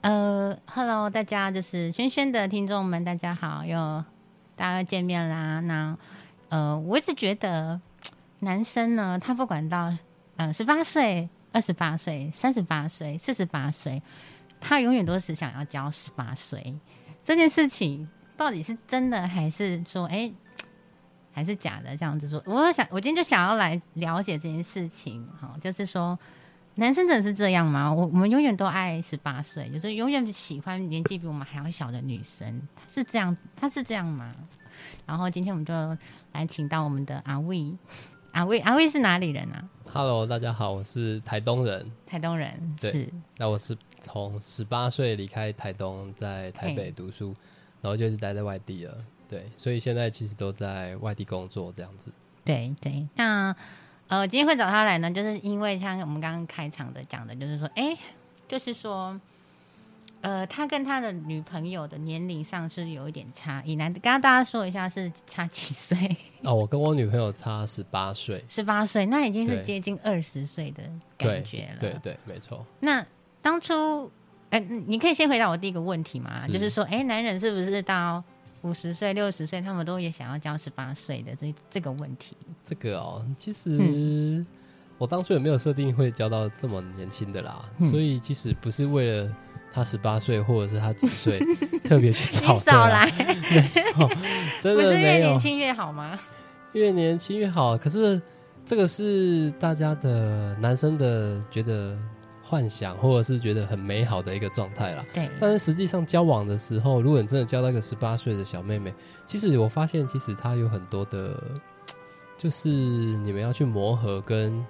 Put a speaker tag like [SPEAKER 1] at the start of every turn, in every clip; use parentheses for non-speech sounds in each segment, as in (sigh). [SPEAKER 1] 呃，Hello，大家就是轩轩的听众们，大家好，又大家又见面啦。那呃，我一直觉得男生呢，他不管到呃十八岁、二十八岁、三十八岁、四十八岁，他永远都是想要交十八岁这件事情，到底是真的还是说，哎、还是假的？这样子说，我想，我今天就想要来了解这件事情，哈、就是说，男生真的是这样吗？我我们永远都爱十八岁，就是永远喜欢年纪比我们还要小的女生，是这样，他是这样吗？然后今天我们就来请到我们的阿魏，阿魏，阿魏是哪里人啊？
[SPEAKER 2] Hello，大家好，我是台东人。
[SPEAKER 1] 台东人，
[SPEAKER 2] 对
[SPEAKER 1] 是
[SPEAKER 2] 那我是从十八岁离开台东，在台北
[SPEAKER 1] 嘿
[SPEAKER 2] 读书，然后就是待在外地了。对，所以现在其实都在外地工作这样子。
[SPEAKER 1] 对对，那呃，今天会找他来呢，就是因为像我们刚刚开场的讲的，就是说，哎，就是说，呃，他跟他的女朋友的年龄上是有一点差异。来，跟大家说一下是差几岁？
[SPEAKER 2] 哦，我跟我女朋友差十八岁。
[SPEAKER 1] 十八岁，那已经是
[SPEAKER 2] 对
[SPEAKER 1] 接近二十岁的
[SPEAKER 2] 对
[SPEAKER 1] 感觉了。
[SPEAKER 2] 对对，没错。
[SPEAKER 1] 那当初，哎、你可以先回答我第一个问题嘛，
[SPEAKER 2] 是
[SPEAKER 1] 就是说，哎、男人是不是到五十岁、六十岁，他们都也想要交十八岁的这这个问题？
[SPEAKER 2] 这个 (laughs) 哦，其实、
[SPEAKER 1] 嗯
[SPEAKER 2] 我当初也没有设定会交到这么年轻的啦，
[SPEAKER 1] 嗯
[SPEAKER 2] 所以其实不是为了他十八岁或者是他
[SPEAKER 1] (laughs)
[SPEAKER 2] 几岁特别去
[SPEAKER 1] 你
[SPEAKER 2] 找的
[SPEAKER 1] 少
[SPEAKER 2] 啦，
[SPEAKER 1] 来，
[SPEAKER 2] 真
[SPEAKER 1] 不
[SPEAKER 2] 的
[SPEAKER 1] 是越
[SPEAKER 2] 啊没有
[SPEAKER 1] 年。轻越好
[SPEAKER 2] (laughs)
[SPEAKER 1] 吗？
[SPEAKER 2] 越年轻越好。可是这个是大家的男生的觉得幻想，或者是觉得很美好的一个状态啦。
[SPEAKER 1] 对，
[SPEAKER 2] 但是实际上交往的时候，如果你真的交到一个十八岁的小妹妹，其实我发现，其实她有很多的，就是你们要去磨合跟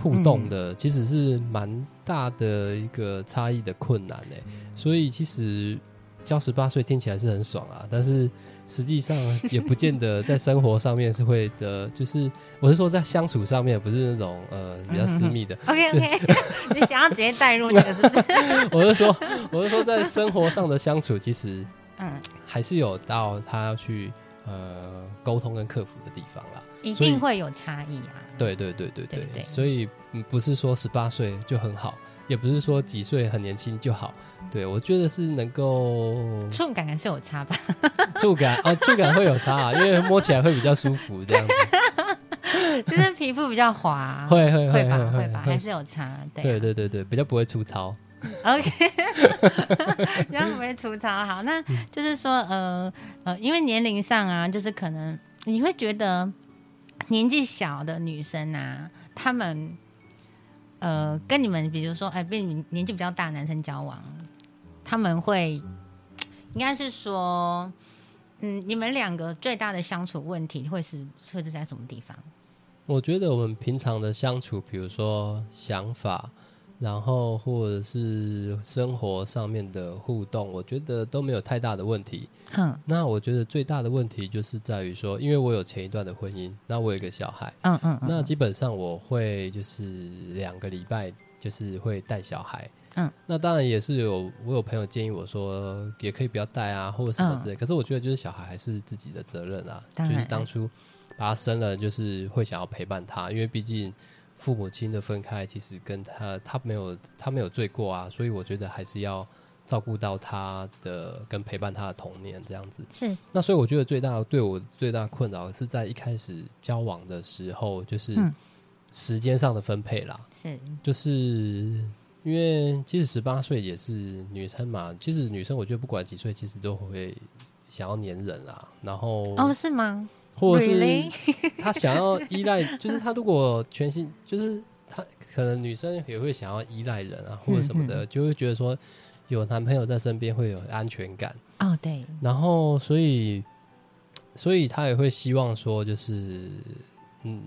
[SPEAKER 2] 互动的，其实是蛮大的一个差异的困难诶、所以其实交十八岁听起来是很爽啊，但是实际上也不见得在生活上面是会的， (laughs) 就是我是说在相处上面，不是那种呃比较私密的，
[SPEAKER 1] OK
[SPEAKER 2] (laughs)
[SPEAKER 1] OK，你想要直接带入这个是不是？
[SPEAKER 2] 我是说我是说在生活上的相处，其实。
[SPEAKER 1] 嗯，
[SPEAKER 2] 还是有到他要去呃沟通跟克服的地方啦。
[SPEAKER 1] 一
[SPEAKER 2] 所以
[SPEAKER 1] 定会有差异啊。
[SPEAKER 2] 对对对对对，
[SPEAKER 1] 对对
[SPEAKER 2] 所以嗯不是说十八岁就很好，也不是说几岁很年轻就好。对我觉得是能够
[SPEAKER 1] 触感还是有差吧？
[SPEAKER 2] 触
[SPEAKER 1] (laughs)
[SPEAKER 2] 感哦，触感会有差、啊，因为摸起来会比较舒服，这样子
[SPEAKER 1] 就是皮肤比较滑，
[SPEAKER 2] 会会
[SPEAKER 1] 会吧
[SPEAKER 2] 会
[SPEAKER 1] 会吧，还是有差。对
[SPEAKER 2] 对
[SPEAKER 1] 啊
[SPEAKER 2] 对对对，比较不会粗糙。
[SPEAKER 1] OK，这样不会吐槽。好，那就是说，呃呃，因为年龄上啊，就是可能你会觉得年纪小的女生啊，她们呃跟你们，比如说，哎、被你年纪比较大的男生交往，他们会应该是说，嗯，你们两个最大的相处问题会是会是在什么地方？
[SPEAKER 2] 我觉得我们平常的相处，比如说想法，然后或者是生活上面的互动，我觉得都没有太大的问题。
[SPEAKER 1] 哼，
[SPEAKER 2] 那我觉得最大的问题就是在于说，因为我有前一段的婚姻，那我有一个小孩，
[SPEAKER 1] 嗯嗯嗯，
[SPEAKER 2] 那基本上我会就是两个礼拜就是会带小孩。
[SPEAKER 1] 嗯，
[SPEAKER 2] 那当然也是有，我有朋友建议我说，也可以不要带啊，或者什么之类。可是我觉得就是小孩还是自己的责任啊，就
[SPEAKER 1] 嗯当然
[SPEAKER 2] 是当初把他生了，就是会想要陪伴他，因为毕竟父母亲的分开，其实跟他他没有他没有罪过啊，所以我觉得还是要照顾到他的跟陪伴他的童年这样子。
[SPEAKER 1] 是
[SPEAKER 2] 那所以我觉得最大对我最大的困扰是在一开始交往的时候，就是
[SPEAKER 1] 嗯
[SPEAKER 2] 时间上的分配啦，
[SPEAKER 1] 是，
[SPEAKER 2] 就是因为其实十八岁也是女生嘛，其实女生我觉得不管几岁，其实都会想要黏人啦，然后、
[SPEAKER 1] 哦，是吗？
[SPEAKER 2] 或者
[SPEAKER 1] Really？
[SPEAKER 2] 是 (laughs) 她想要依赖，就是她如果全心就是她可能女生也会想要依赖人啊，或者什
[SPEAKER 1] 嗯
[SPEAKER 2] 么的，就会觉得说有男朋友在身边会有安全感。
[SPEAKER 1] 哦，对，
[SPEAKER 2] 然后所以所以他也会希望说，就是嗯，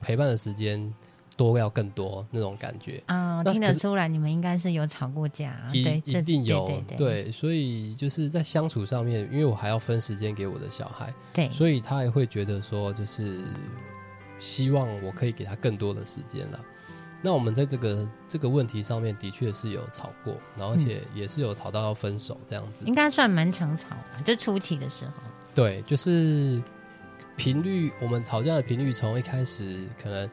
[SPEAKER 2] 陪伴的时间多要更多那种感觉，
[SPEAKER 1] 啊、
[SPEAKER 2] 那
[SPEAKER 1] 听
[SPEAKER 2] 可
[SPEAKER 1] 得
[SPEAKER 2] 是
[SPEAKER 1] 出来，你们应该是有吵过架，
[SPEAKER 2] 一
[SPEAKER 1] 啊对，这
[SPEAKER 2] 一定有
[SPEAKER 1] 对
[SPEAKER 2] 所以就是在相处上面，因为我还要分时间给我的小孩，
[SPEAKER 1] 对对，
[SPEAKER 2] 所以他也会觉得说，就是希望我可以给他更多的时间了。那我们在这个这个问题上面的确是有吵过，然后而且
[SPEAKER 1] 嗯
[SPEAKER 2] 也是有吵到要分手这样子。
[SPEAKER 1] 应该算蛮常吵吧，就初期的时候，
[SPEAKER 2] 对，就是频率，我们吵架的频率从一开始可能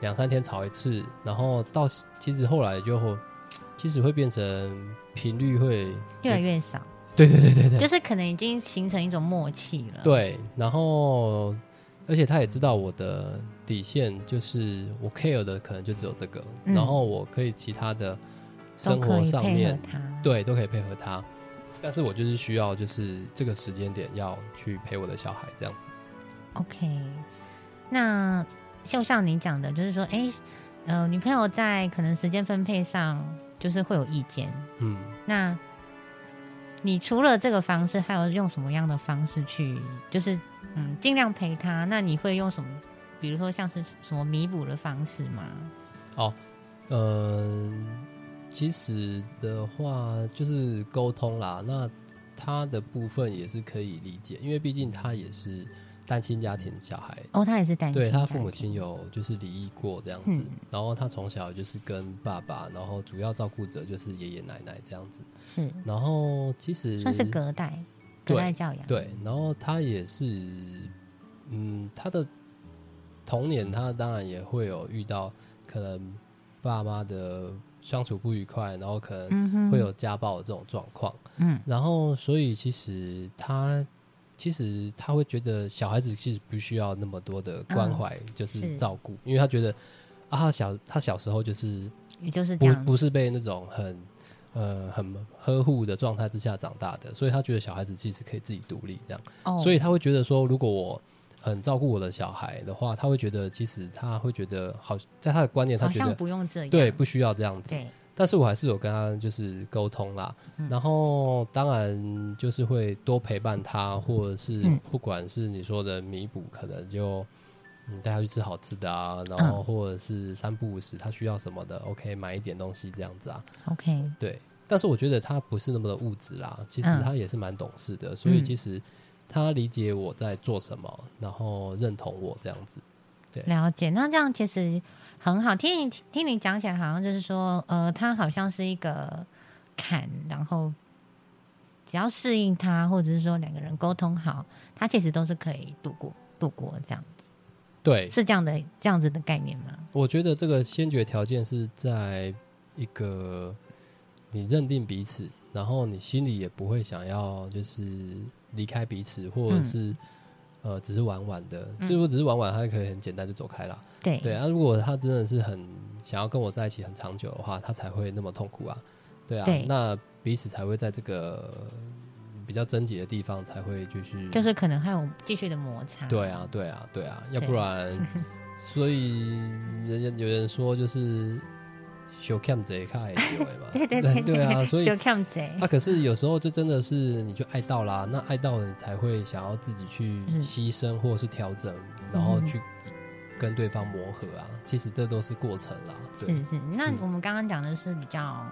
[SPEAKER 2] 两三天吵一次，然后到其实后来就，其实会变成频率会，
[SPEAKER 1] 越来越少，
[SPEAKER 2] 对对对对对，
[SPEAKER 1] 就是可能已经形成一种默契了。，
[SPEAKER 2] 对，然后而且他也知道我的底线，就是我 care 的可能就只有这个，
[SPEAKER 1] 嗯
[SPEAKER 2] 然后我可以其他的
[SPEAKER 1] 都
[SPEAKER 2] 生
[SPEAKER 1] 可
[SPEAKER 2] 活
[SPEAKER 1] 以
[SPEAKER 2] 上
[SPEAKER 1] 配合
[SPEAKER 2] 面
[SPEAKER 1] 他。
[SPEAKER 2] 对都可以配合他，但是我就是需要就是这个时间点要去陪我的小孩这样子。
[SPEAKER 1] OK，那就像你讲的，就是说，哎、呃，女朋友在可能时间分配上就是会有意见。
[SPEAKER 2] 嗯，
[SPEAKER 1] 那你除了这个方式，还有用什么样的方式去，就是嗯，尽量陪她？那你会用什么？比如说像是什么弥补的方式吗？
[SPEAKER 2] 嗯，其实的话就是沟通啦，那他的部分也是可以理解，因为毕竟他也是单亲家庭小孩，
[SPEAKER 1] 哦，她也是单亲家
[SPEAKER 2] 对
[SPEAKER 1] 庭，
[SPEAKER 2] 他父母亲有就是离异过这样子，
[SPEAKER 1] 嗯
[SPEAKER 2] 然后他从小就是跟爸爸，然后主要照顾者就是爷爷奶奶这样子，
[SPEAKER 1] 是
[SPEAKER 2] 然后其实
[SPEAKER 1] 算是隔代，
[SPEAKER 2] 对
[SPEAKER 1] 隔代教养，
[SPEAKER 2] 对，然后他也是，嗯，他的童年他当然也会有遇到可能爸妈的相处不愉快，然后可能
[SPEAKER 1] 嗯哼，
[SPEAKER 2] 会有家暴这种状况，
[SPEAKER 1] 嗯
[SPEAKER 2] 然后所以其实他。其实他会觉得小孩子其实不需要那么多的关
[SPEAKER 1] 嗯
[SPEAKER 2] 怀，就是
[SPEAKER 1] 是
[SPEAKER 2] 照顾，因为他觉得啊，他小他小时候就是
[SPEAKER 1] 也就是这
[SPEAKER 2] 不
[SPEAKER 1] 样，
[SPEAKER 2] 不是被那种很呃很呵护的状态之下长大的，所以他觉得小孩子其实可以自己独立这样，
[SPEAKER 1] 哦，
[SPEAKER 2] 所以他会觉得说，如果我很照顾我的小孩的话，他会觉得其实他会觉得好，在他的观念他
[SPEAKER 1] 好
[SPEAKER 2] 觉
[SPEAKER 1] 像
[SPEAKER 2] 得
[SPEAKER 1] 不用这样，
[SPEAKER 2] 对不需要这样子，
[SPEAKER 1] 对，
[SPEAKER 2] 但是我还是有跟他就是沟通啦，
[SPEAKER 1] 嗯
[SPEAKER 2] 然后当然就是会多陪伴他，或者是
[SPEAKER 1] 嗯
[SPEAKER 2] 不管是你说的弥补，可能就嗯带他去吃好吃的啊，然
[SPEAKER 1] 嗯
[SPEAKER 2] 后或者是三不五时他需要什么的，OK 买一点东西这样子啊，
[SPEAKER 1] OK，
[SPEAKER 2] 对。但是我觉得他不是那么的物质啦，其实
[SPEAKER 1] 嗯
[SPEAKER 2] 他也是蛮懂事的，所以
[SPEAKER 1] 嗯
[SPEAKER 2] 其实他理解我在做什么，然后认同我这样子。
[SPEAKER 1] 了解，那这样其实很好。听你听你讲起来，好像就是说，呃，他好像是一个坎，然后只要适应他，或者是说两个人沟通好，他其实都是可以度过度过这样，
[SPEAKER 2] 对，
[SPEAKER 1] 是这样的这样子的概念吗？
[SPEAKER 2] 我觉得这个先决条件是在一个你认定彼此，然后你心里也不会想要就是离开彼此，或者是、呃只是玩玩的。
[SPEAKER 1] 嗯
[SPEAKER 2] 就如果只是玩玩，他可以很简单就走开啦。
[SPEAKER 1] 对
[SPEAKER 2] 对啊，如果他真的是很想要跟我在一起很长久的话，他才会那么痛苦啊。对啊，
[SPEAKER 1] 对
[SPEAKER 2] 那彼此才会在这个比较症结的地方才会继续
[SPEAKER 1] 就是可能还有继续的摩擦。
[SPEAKER 2] 对啊，，对啊，对啊，要
[SPEAKER 1] 对
[SPEAKER 2] 不然，
[SPEAKER 1] (laughs)
[SPEAKER 2] 所以人家有人说就是小 cam 贼看也有嘛，
[SPEAKER 1] (laughs) 对对
[SPEAKER 2] 对
[SPEAKER 1] 对
[SPEAKER 2] 啊，所以
[SPEAKER 1] 小看贼，
[SPEAKER 2] 啊，可是有时候就真的是你就爱到啦，那爱到了你才会想要自己去
[SPEAKER 1] 嗯
[SPEAKER 2] 牺牲或者是调整，然后
[SPEAKER 1] 嗯
[SPEAKER 2] 去跟对方磨合啊，其实这都是过程啦，对，
[SPEAKER 1] 是是。那
[SPEAKER 2] 嗯
[SPEAKER 1] 我们刚刚讲的是比较，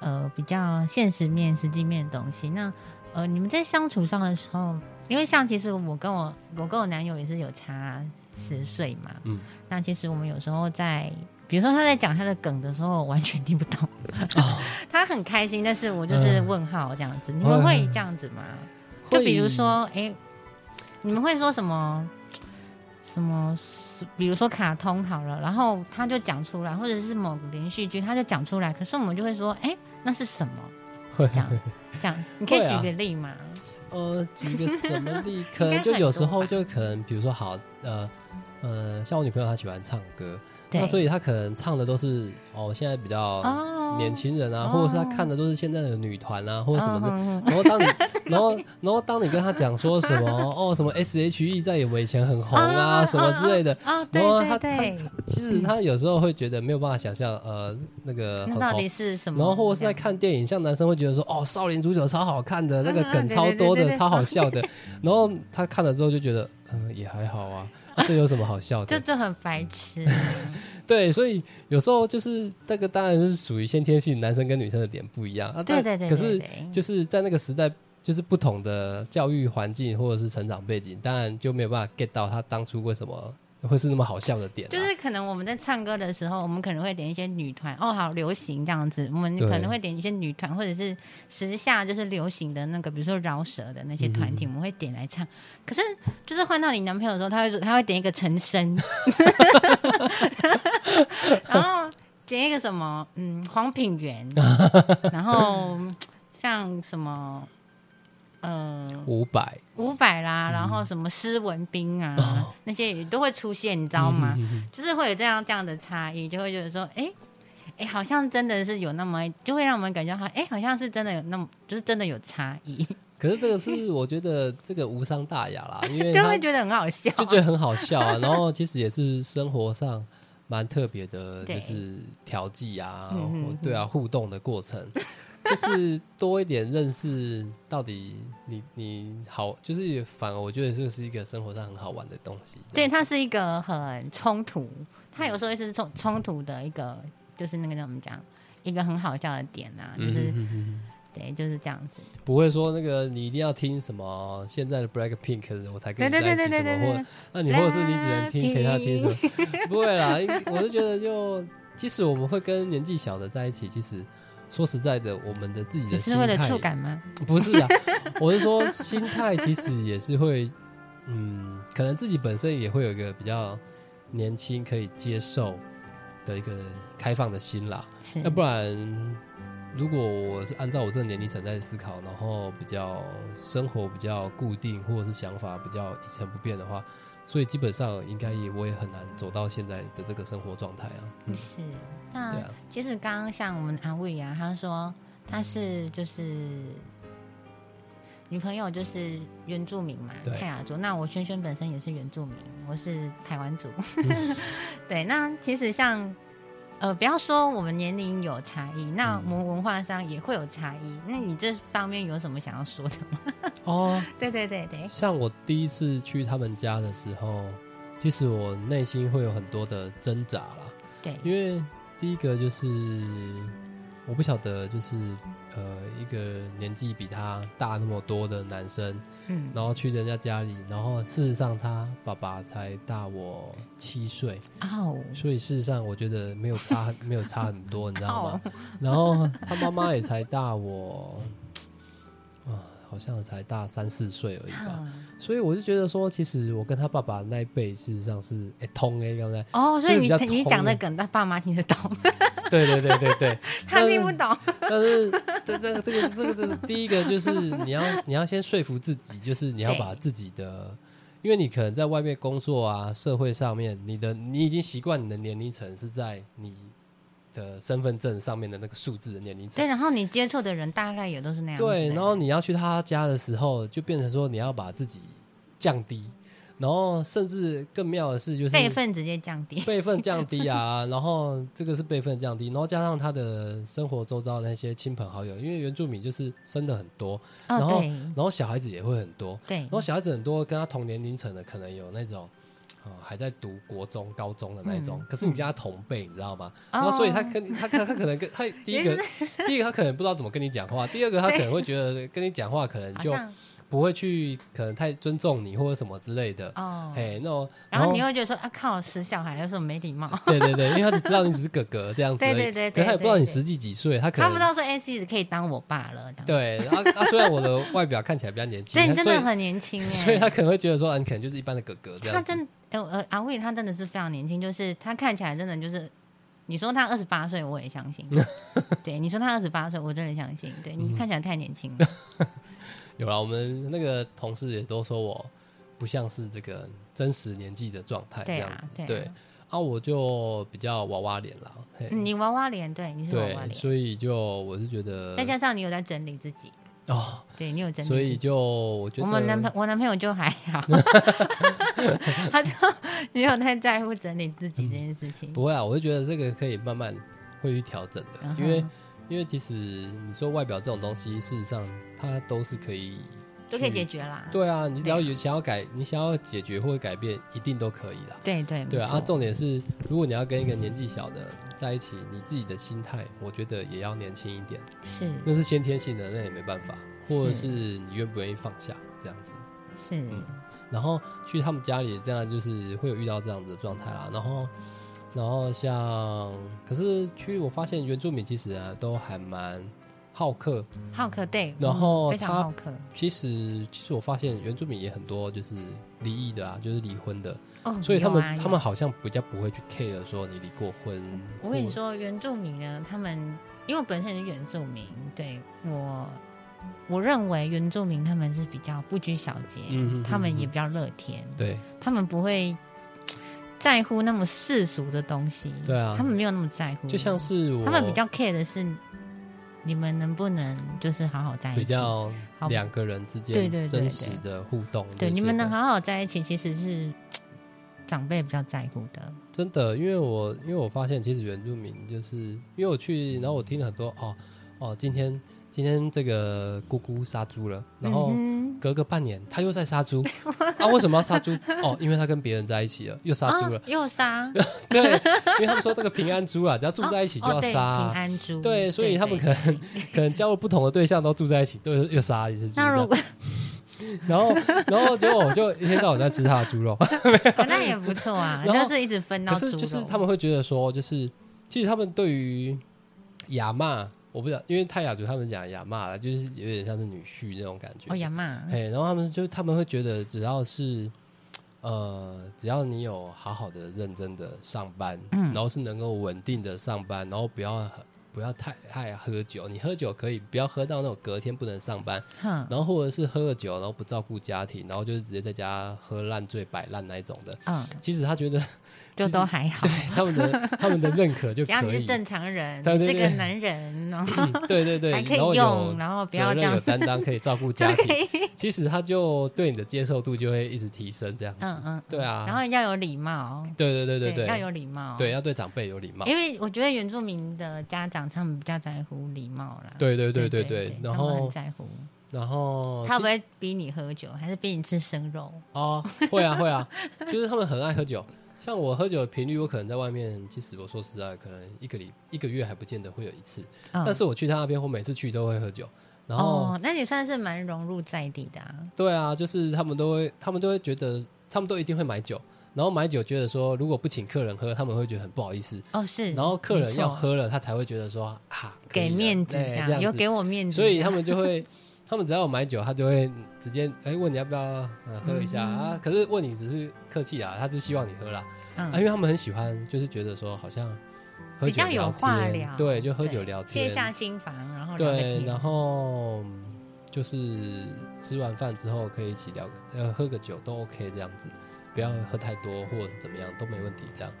[SPEAKER 1] 呃，比较现实面、实际面的东西。那呃，你们在相处上的时候，因为像其实我跟我我跟我男友也是有差十岁嘛，
[SPEAKER 2] 嗯，
[SPEAKER 1] 那其实我们有时候在。比如说他在讲他的梗的时候，我完全听不懂。 (laughs) 他很开心，但是我就是
[SPEAKER 2] 哦嗯
[SPEAKER 1] 问号这样子。你们会这样子吗？就比如
[SPEAKER 2] 会
[SPEAKER 1] 说，哎、你们会说什么？什么？比如说卡通好了，然后他就讲出来，或者是某个连续剧，他就讲出来，可是我们就会说，哎、那是什么？
[SPEAKER 2] 会
[SPEAKER 1] 这样
[SPEAKER 2] (laughs)
[SPEAKER 1] 这样，你可以
[SPEAKER 2] 会啊
[SPEAKER 1] 举个例吗？
[SPEAKER 2] 呃，举个什么
[SPEAKER 1] (laughs)
[SPEAKER 2] 例？可
[SPEAKER 1] 应该
[SPEAKER 2] 能就
[SPEAKER 1] 很
[SPEAKER 2] 有
[SPEAKER 1] 多
[SPEAKER 2] 时候
[SPEAKER 1] 吧
[SPEAKER 2] 就可能，比如说好，呃呃，像我女朋友她喜欢唱歌，
[SPEAKER 1] 对
[SPEAKER 2] 那所以她可能唱的都是哦，现在比较
[SPEAKER 1] 哦，
[SPEAKER 2] 年轻人啊，
[SPEAKER 1] 哦
[SPEAKER 2] 或者是她看的都是现在的女团啊，或者什么的。
[SPEAKER 1] 嗯嗯嗯
[SPEAKER 2] 然后当你，然后然后当你跟她讲说什么哦，什么 S.H.E 在我们以前很 (laughs) 红啊，
[SPEAKER 1] 啊
[SPEAKER 2] 什么之类的，
[SPEAKER 1] 哦，对
[SPEAKER 2] 然后
[SPEAKER 1] 对
[SPEAKER 2] 他
[SPEAKER 1] 对，
[SPEAKER 2] 其实她有时候会觉得没有办法想象，呃，那个很
[SPEAKER 1] 那到
[SPEAKER 2] 红
[SPEAKER 1] 底是什么？
[SPEAKER 2] 然后或者是在看电影，像男生会觉得说，哦，少林足球超好看的，那个
[SPEAKER 1] 嗯嗯
[SPEAKER 2] 梗
[SPEAKER 1] 对
[SPEAKER 2] 超
[SPEAKER 1] 对对
[SPEAKER 2] 多
[SPEAKER 1] 对
[SPEAKER 2] 的，
[SPEAKER 1] 对
[SPEAKER 2] 超好笑的。 (laughs) 然后他看了之后就觉得，嗯、也还好啊，啊这有什么好笑
[SPEAKER 1] 这样，
[SPEAKER 2] 的？
[SPEAKER 1] (laughs) 这就很白痴。啊
[SPEAKER 2] (laughs) 对，所以有时候就是那个当然是属于先天性，男生跟女生的点不一样啊。
[SPEAKER 1] 对
[SPEAKER 2] 但
[SPEAKER 1] 对对，
[SPEAKER 2] 可是
[SPEAKER 1] 对对
[SPEAKER 2] 就是在那个时代。就是不同的教育环境或者是成长背景，当然就没有办法 get 到他当初为什么会是那么好笑的点、啊。
[SPEAKER 1] 就是可能我们在唱歌的时候，我们可能会点一些女团哦，好流行这样子。我们
[SPEAKER 2] 对
[SPEAKER 1] 可能会点一些女团，或者是时下就是流行的那个，比如说饶舌的那些团
[SPEAKER 2] 嗯
[SPEAKER 1] 体，我们会点来唱。可是就是换到你男朋 (laughs) 友的时候，他会说他会点一个陈升，然后。点一个什么，嗯，黄品
[SPEAKER 2] (laughs)
[SPEAKER 1] 源，然后像什么，呃，
[SPEAKER 2] 五百，
[SPEAKER 1] 伍佰啦，然后什么施文斌啊，
[SPEAKER 2] 嗯哦
[SPEAKER 1] 那些也都会出现，你知道吗？
[SPEAKER 2] 嗯哼哼
[SPEAKER 1] 就是会有这样这样的差异，就会觉得说，哎、哎、好像真的是有那么，就会让我们感觉好，哎、好像是真的有那么，就是真的有差异，
[SPEAKER 2] 可是这个是我觉得这个无伤大雅啦，因
[SPEAKER 1] (laughs)
[SPEAKER 2] 为
[SPEAKER 1] 就
[SPEAKER 2] 他
[SPEAKER 1] 会觉得很好笑。
[SPEAKER 2] 就觉得很好笑啊。然后其实也是生活上蛮特别的，就
[SPEAKER 1] 对
[SPEAKER 2] 是调剂啊
[SPEAKER 1] 嗯哼，
[SPEAKER 2] 或
[SPEAKER 1] 哼
[SPEAKER 2] 对啊，互动的过程，就是多一点认识到底你你好，就是反而我觉得这是一个生活上很好玩的东西。
[SPEAKER 1] 对，，它是一个很冲突，它有时候是冲冲突的一个，就是那个叫怎么讲，一个很好笑的点啊，就是、
[SPEAKER 2] 嗯哼哼哼
[SPEAKER 1] 对，就是这样子。
[SPEAKER 2] 不会说那个你一定要听什么现在的 Black Pink 我才跟
[SPEAKER 1] 对
[SPEAKER 2] 你在
[SPEAKER 1] 对
[SPEAKER 2] 一
[SPEAKER 1] 对对
[SPEAKER 2] 起
[SPEAKER 1] 对
[SPEAKER 2] 什
[SPEAKER 1] 对
[SPEAKER 2] 么，
[SPEAKER 1] 对
[SPEAKER 2] 或，那你或者是你只能听陪他听什么，不会啦。因为我是觉得就，即使我们会跟年纪小的在一起，其实说实在的，我们的自己
[SPEAKER 1] 只
[SPEAKER 2] 的心
[SPEAKER 1] 是为了触
[SPEAKER 2] 态
[SPEAKER 1] 感吗？
[SPEAKER 2] 不是啊，我是说心态其实也是会，嗯，可能自己本身也会有一个比较年轻可以接受的一个开放的心啦。
[SPEAKER 1] 是
[SPEAKER 2] 要不然，如果我是按照我这个年龄层在思考，然后比较生活比较固定，或者是想法比较一成不变的话，所以基本上应该也我也很难走到现在的这个生活状态啊。嗯，
[SPEAKER 1] 是。那、
[SPEAKER 2] 对啊，
[SPEAKER 1] 其实刚刚像我们阿魏啊，他说他是就是女朋友就是原住民嘛，
[SPEAKER 2] 对
[SPEAKER 1] 泰雅族。那我轩轩本身也是原住民，我是台湾 (laughs) 族。对，那其实像呃，不要说我们年龄有差异，那我们文化上也会有差异。那你这方面有什么想要说的吗？
[SPEAKER 2] 哦，
[SPEAKER 1] (laughs) 对对对对，
[SPEAKER 2] 像我第一次去他们家的时候，其实我内心会有很多的挣扎啦。
[SPEAKER 1] 对，
[SPEAKER 2] 因为第一个就是我不晓得，就是呃，一个年纪比他大那么多的男生，
[SPEAKER 1] 嗯，
[SPEAKER 2] 然后去人家家里，然后事实上他爸爸才大我七岁，
[SPEAKER 1] 哦，
[SPEAKER 2] 所以事实上我觉得没有差很，没有差很多，你知道吗
[SPEAKER 1] 哦？
[SPEAKER 2] 然后他妈妈也才大我，啊，好像才大三四岁而已吧。所以我就觉得说，其实我跟他爸爸那一辈，事实上是哎、通哎，刚才
[SPEAKER 1] 哦，所以
[SPEAKER 2] 就是比
[SPEAKER 1] 你
[SPEAKER 2] 较
[SPEAKER 1] 你
[SPEAKER 2] 通
[SPEAKER 1] 讲的
[SPEAKER 2] 的
[SPEAKER 1] 梗，他爸妈听得 (laughs) 懂，
[SPEAKER 2] 对对对对对，
[SPEAKER 1] 他听不懂。
[SPEAKER 2] 但是呃这这这个这个这个第一个就是你要你要先说服自己，就是你要把自己的，呃因为你可能在外面工作啊，社会上面，你的你已经习惯你的年龄层是在你的身份证上面的那个数字的年龄层
[SPEAKER 1] 对，。然后你接触的人大概也都是那样子的
[SPEAKER 2] 对，
[SPEAKER 1] 人。
[SPEAKER 2] 然后你要去他家的时候，就变成说你要把自己降低，然后甚至更妙的是，就是
[SPEAKER 1] 辈分直接降
[SPEAKER 2] (laughs)
[SPEAKER 1] 低。
[SPEAKER 2] 辈分降低啊，然后这个是辈分降低，然后加上他的生活周遭的那些亲朋好友，因为原住民就是生的很多，然后
[SPEAKER 1] 哦，
[SPEAKER 2] 然后小孩子也会很多，
[SPEAKER 1] 对
[SPEAKER 2] 然后小孩子很多跟他同年龄层的可能有那种。呃还在读国中、高中的那一种，
[SPEAKER 1] 嗯
[SPEAKER 2] 可是你跟他同辈，你知道吗？
[SPEAKER 1] 哦
[SPEAKER 2] 然后所以他跟他他他可能跟他
[SPEAKER 1] (laughs)
[SPEAKER 2] 第一个，第一个他可能不知道怎么跟你讲话，第二个他可能会觉得跟你讲话可能
[SPEAKER 1] 对，
[SPEAKER 2] 就
[SPEAKER 1] 好像
[SPEAKER 2] 不会去，可能太尊重你或者什么之类的。
[SPEAKER 1] 哦，
[SPEAKER 2] 哎，那种
[SPEAKER 1] 然后你会觉得说啊靠，死小孩，有什么没礼貌？
[SPEAKER 2] 对对对，因为他只知道你只是哥哥这样子而已，
[SPEAKER 1] 对对对对
[SPEAKER 2] 可是他也不知道你
[SPEAKER 1] 对对
[SPEAKER 2] 实际几岁，他可
[SPEAKER 1] 他不知
[SPEAKER 2] 能
[SPEAKER 1] 道说哎，自己可以当我爸了，这样。
[SPEAKER 2] 对。然后啊，虽然我的外表看起来比较年
[SPEAKER 1] 所
[SPEAKER 2] 轻，
[SPEAKER 1] 以你真
[SPEAKER 2] 他所以
[SPEAKER 1] 的很年轻
[SPEAKER 2] (laughs) 所以他
[SPEAKER 1] 哎。
[SPEAKER 2] 可能会觉得说，啊，你可能就是一般的哥哥这
[SPEAKER 1] 他
[SPEAKER 2] 样子。
[SPEAKER 1] 真呃呃，阿魏他真的是非常年轻，就是他看起来真的就是。你说他二十八岁，我也相
[SPEAKER 2] (laughs)
[SPEAKER 1] 信。对，你说他二十八岁，我真的相信。对
[SPEAKER 2] 嗯
[SPEAKER 1] 你看起来太年轻
[SPEAKER 2] (laughs)
[SPEAKER 1] 了，
[SPEAKER 2] 有了，我们那个同事也都说我不像是这个真实年纪的状态这
[SPEAKER 1] 对
[SPEAKER 2] 样
[SPEAKER 1] 啊
[SPEAKER 2] 子，，
[SPEAKER 1] 对啊
[SPEAKER 2] 对。啊，我就比较娃娃脸啦，嘿
[SPEAKER 1] 嗯你娃娃脸，对，你是娃
[SPEAKER 2] 对
[SPEAKER 1] 娃，脸，
[SPEAKER 2] 所以就我是觉得
[SPEAKER 1] 再加上你有在整理自己，
[SPEAKER 2] 哦，
[SPEAKER 1] 对你有整理自己，
[SPEAKER 2] 所以就我觉
[SPEAKER 1] 我
[SPEAKER 2] 得
[SPEAKER 1] 们男朋我男朋友就还
[SPEAKER 2] (laughs)
[SPEAKER 1] 好， (laughs) 他就没有太在乎整理自己这件事情。
[SPEAKER 2] 不会啊，我就觉得这个可以慢慢会去调整的
[SPEAKER 1] 嗯，哼
[SPEAKER 2] 因为因为其实你说外表这种东西，事实上它都是可以
[SPEAKER 1] 都可以
[SPEAKER 2] 去
[SPEAKER 1] 解决啦。
[SPEAKER 2] 对啊，你只要有想要改，你想要解决或改变，一定都可以的。
[SPEAKER 1] 对对
[SPEAKER 2] 对啊，
[SPEAKER 1] 没错
[SPEAKER 2] 啊重点是，如果你要跟一个年纪小的在一起，你自己的心态，我觉得也要年轻一点，
[SPEAKER 1] 是
[SPEAKER 2] 那是先天性的，那也没办法，或者
[SPEAKER 1] 是
[SPEAKER 2] 是你愿不愿意放下这样子。
[SPEAKER 1] 是
[SPEAKER 2] 嗯然后去他们家里，这样就是会有遇到这样子的状态啦。然后，然后像，可是去我发现原住民其实啊，都还蛮好客。
[SPEAKER 1] 好客对，
[SPEAKER 2] 然
[SPEAKER 1] 嗯
[SPEAKER 2] 后
[SPEAKER 1] 非常
[SPEAKER 2] 他
[SPEAKER 1] 好客
[SPEAKER 2] 其实，其实我发现原住民也很多就是离异的啊，就是离婚的，
[SPEAKER 1] 哦，
[SPEAKER 2] 所以他
[SPEAKER 1] 有
[SPEAKER 2] 们、
[SPEAKER 1] 啊
[SPEAKER 2] 他们好像比较不会去 care 说你离过婚。
[SPEAKER 1] 有我跟你说，原住民呢，他们因为我本身是原住民，对我我认为原住民他们是比较不拘小节，
[SPEAKER 2] 嗯，嗯，嗯
[SPEAKER 1] 他们也
[SPEAKER 2] 嗯
[SPEAKER 1] 比较乐天，
[SPEAKER 2] 对
[SPEAKER 1] 他们不会在乎那么世俗的东西，
[SPEAKER 2] 对啊
[SPEAKER 1] 他们没有那么在乎，
[SPEAKER 2] 就像是
[SPEAKER 1] 嗯
[SPEAKER 2] 我
[SPEAKER 1] 他们比较 care 的是你们能不能就是好好在一起，
[SPEAKER 2] 比较
[SPEAKER 1] 好
[SPEAKER 2] 两个人之
[SPEAKER 1] 对对
[SPEAKER 2] 间
[SPEAKER 1] 对
[SPEAKER 2] 真
[SPEAKER 1] 对
[SPEAKER 2] 实的互动这
[SPEAKER 1] 对
[SPEAKER 2] 些的，
[SPEAKER 1] 你们能好好在一起，其实是长辈比较在乎的。
[SPEAKER 2] 真的，因为我因为我发现其实原住民就是因为我去，然后我听了很多哦哦，今天今天这个姑姑杀猪了，然后
[SPEAKER 1] 嗯哼
[SPEAKER 2] 隔个半年他又在
[SPEAKER 1] (laughs)
[SPEAKER 2] 杀猪，啊为什么要杀猪？哦，因为他跟别人在一起了，又杀猪了，
[SPEAKER 1] 啊、又杀，
[SPEAKER 2] 对，因为他们说这个平安猪啊，只要住在一起就
[SPEAKER 1] 哦
[SPEAKER 2] 要
[SPEAKER 1] 对
[SPEAKER 2] 杀、
[SPEAKER 1] 平安猪，
[SPEAKER 2] 对，所以他们可
[SPEAKER 1] 对
[SPEAKER 2] 能可能交了不同的对象都住在一起，都又杀一次猪这
[SPEAKER 1] 那
[SPEAKER 2] 样。
[SPEAKER 1] 如果、 (laughs)
[SPEAKER 2] 然后，然后结果我就一天到晚在吃他的猪肉，
[SPEAKER 1] 啊那也不错啊，
[SPEAKER 2] (laughs) 然后
[SPEAKER 1] 就是一直分到
[SPEAKER 2] 可
[SPEAKER 1] 猪
[SPEAKER 2] 是
[SPEAKER 1] 肉。
[SPEAKER 2] 就是他们会觉得说，就是其实他们对于亚妈，我不知道，因为泰雅族他们讲亚妈啦，就是有点像是女婿那种感觉。
[SPEAKER 1] 哦亚妈，
[SPEAKER 2] 嘿，然后他们就他们会觉得，只要是呃，只要你有好好的、认真的上班，
[SPEAKER 1] 嗯
[SPEAKER 2] 然后是能够稳定的上班，然后不要很不要太太喝酒，你喝酒可以不要喝到那种隔天不能上班，
[SPEAKER 1] 哼
[SPEAKER 2] 然后或者是喝了酒然后不照顾家庭，然后就是直接在家喝烂醉摆烂那一种的。
[SPEAKER 1] 嗯，
[SPEAKER 2] 其实他觉得
[SPEAKER 1] 就都还好，
[SPEAKER 2] 他们的他们的认
[SPEAKER 1] (laughs)
[SPEAKER 2] 可就
[SPEAKER 1] 只要你
[SPEAKER 2] 可
[SPEAKER 1] 是
[SPEAKER 2] 以，
[SPEAKER 1] 正常人，
[SPEAKER 2] 对对
[SPEAKER 1] 你是
[SPEAKER 2] 对
[SPEAKER 1] 个男人，哦然后
[SPEAKER 2] 对对对，
[SPEAKER 1] 还可以
[SPEAKER 2] 然后有
[SPEAKER 1] 用，然后不
[SPEAKER 2] 责
[SPEAKER 1] 要这
[SPEAKER 2] 任
[SPEAKER 1] 样
[SPEAKER 2] 有，担当，可以照
[SPEAKER 1] (laughs)
[SPEAKER 2] 顾
[SPEAKER 1] 就
[SPEAKER 2] (laughs) 家
[SPEAKER 1] 可
[SPEAKER 2] 庭。
[SPEAKER 1] 以，
[SPEAKER 2] 其实他就对你的接受度就会一直提升，这样子。
[SPEAKER 1] 嗯嗯，
[SPEAKER 2] 对啊，
[SPEAKER 1] 然后要有礼貌，
[SPEAKER 2] 对对对对
[SPEAKER 1] 要有礼貌，
[SPEAKER 2] 对要对长辈有礼貌。
[SPEAKER 1] 因为我觉得原住民的家长他们比较在乎礼貌啦。
[SPEAKER 2] 对对对对
[SPEAKER 1] 对
[SPEAKER 2] 对，然
[SPEAKER 1] 他们很
[SPEAKER 2] 后
[SPEAKER 1] 在乎，
[SPEAKER 2] 然后
[SPEAKER 1] 他会不
[SPEAKER 2] 其实
[SPEAKER 1] 会逼你喝酒，还是逼你吃生肉？
[SPEAKER 2] 哦，会啊会啊，就是他们很爱喝酒。像我喝酒的频率，我可能在外面，其实我说实在，可能一个礼一个月还不见得会有一次。
[SPEAKER 1] 嗯
[SPEAKER 2] 但是我去他那边，我每次去都会喝酒。然后、
[SPEAKER 1] 哦，那你算是蛮融入在地的啊。
[SPEAKER 2] 对啊，就是他们都会，他们都会觉得，他们都一定会买酒。然后买酒觉得说，如果不请客人喝，他们会觉得很不好意思。
[SPEAKER 1] 哦，是。
[SPEAKER 2] 然后客人要
[SPEAKER 1] 没错
[SPEAKER 2] 喝了，他才会觉得说啊，可
[SPEAKER 1] 给
[SPEAKER 2] 以了
[SPEAKER 1] 面子，
[SPEAKER 2] 对
[SPEAKER 1] 这
[SPEAKER 2] 这
[SPEAKER 1] 样有
[SPEAKER 2] 子
[SPEAKER 1] 给我面子，
[SPEAKER 2] 所以他们
[SPEAKER 1] (laughs)
[SPEAKER 2] 就会，他们只要有买酒，他就会直接哎、问你要不要、呃、喝一下、
[SPEAKER 1] 嗯
[SPEAKER 2] 啊？可是问你只是客气啊，他只希望你喝啦、啊，因
[SPEAKER 1] 嗯，
[SPEAKER 2] 为他们很喜欢，就是觉得说好像喝
[SPEAKER 1] 比
[SPEAKER 2] 酒
[SPEAKER 1] 较有
[SPEAKER 2] 聊
[SPEAKER 1] 话
[SPEAKER 2] 天
[SPEAKER 1] 聊，
[SPEAKER 2] 对，就喝
[SPEAKER 1] 对
[SPEAKER 2] 酒聊
[SPEAKER 1] 卸
[SPEAKER 2] 天，
[SPEAKER 1] 下心房，然后聊个
[SPEAKER 2] 对，
[SPEAKER 1] 天
[SPEAKER 2] 然后就是吃完饭之后可以一起聊个呃喝个酒都 OK 这样子，不要喝太多或者是怎么样都没问题这样。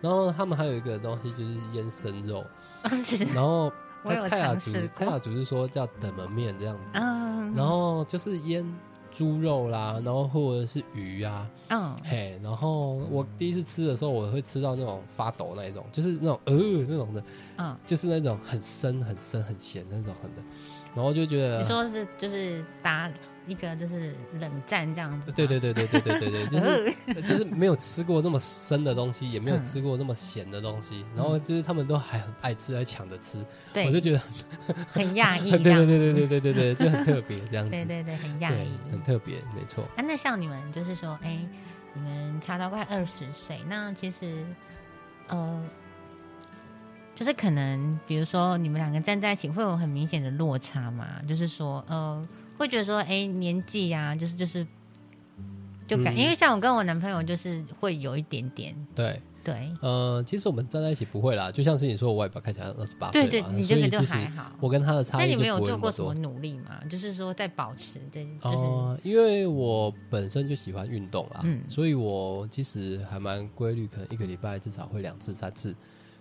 [SPEAKER 2] 然后他们还有一个东西就是腌生肉，
[SPEAKER 1] (laughs) 是 (laughs)
[SPEAKER 2] 然后
[SPEAKER 1] 我有
[SPEAKER 2] 泰泰雅
[SPEAKER 1] 尝
[SPEAKER 2] 族
[SPEAKER 1] 试
[SPEAKER 2] 泰雅
[SPEAKER 1] 过，
[SPEAKER 2] 族是说叫等门面这样子，
[SPEAKER 1] 嗯，
[SPEAKER 2] 然后就是腌猪肉啦，然后或者是鱼啊，
[SPEAKER 1] 嗯，
[SPEAKER 2] 嘿，然后我第一次吃的时候，我会吃到那种发抖那一种，就是那种呃那种的，
[SPEAKER 1] 嗯，
[SPEAKER 2] 就是那种很深很深很咸那种很的，然后就觉得
[SPEAKER 1] 你说是就是打一个就是冷战这样子吗，
[SPEAKER 2] 对对对对对对对
[SPEAKER 1] (laughs)
[SPEAKER 2] 对，就是
[SPEAKER 1] 呃，
[SPEAKER 2] 就是没有吃过那么深的东西，也没有
[SPEAKER 1] 嗯
[SPEAKER 2] 吃过那么咸的东西，然后就是他们都还很爱吃，还抢着吃，我就
[SPEAKER 1] 对，
[SPEAKER 2] 觉得
[SPEAKER 1] 很讶
[SPEAKER 2] (laughs)
[SPEAKER 1] 异
[SPEAKER 2] 对
[SPEAKER 1] 这样
[SPEAKER 2] 对对对对对
[SPEAKER 1] (laughs)
[SPEAKER 2] 对对，就很特别这样子，
[SPEAKER 1] 对对对，很讶
[SPEAKER 2] 对
[SPEAKER 1] 异。
[SPEAKER 2] 很特别，没错。
[SPEAKER 1] 啊，那像你们就是说，哎、你们差到快二十岁，那其实，呃，就是可能，比如说你们两个站在一起，会有很明显的落差嘛？就是说，呃，会觉得说，哎、年纪啊，就是就是，就感，
[SPEAKER 2] 嗯
[SPEAKER 1] 因为像我跟我男朋友，就是会有一点点，
[SPEAKER 2] 对，
[SPEAKER 1] 对，
[SPEAKER 2] 呃，其实我们站在一起不会啦，就像是你说我外表看起来二十八岁
[SPEAKER 1] 对
[SPEAKER 2] 嘛，
[SPEAKER 1] 对，你
[SPEAKER 2] 啊所
[SPEAKER 1] 这
[SPEAKER 2] 以
[SPEAKER 1] 个就
[SPEAKER 2] 其实
[SPEAKER 1] 还好。
[SPEAKER 2] 我跟他的差
[SPEAKER 1] 那
[SPEAKER 2] 异
[SPEAKER 1] 你
[SPEAKER 2] 就不
[SPEAKER 1] 们有
[SPEAKER 2] 会
[SPEAKER 1] 做
[SPEAKER 2] 那么
[SPEAKER 1] 过什
[SPEAKER 2] 多
[SPEAKER 1] 么。努力吗？就是说，在保持这，就是、
[SPEAKER 2] 哦、因为我本身就喜欢运动啦，
[SPEAKER 1] 嗯
[SPEAKER 2] 所以我其实还蛮规律，可能一个礼拜至少会两次、三次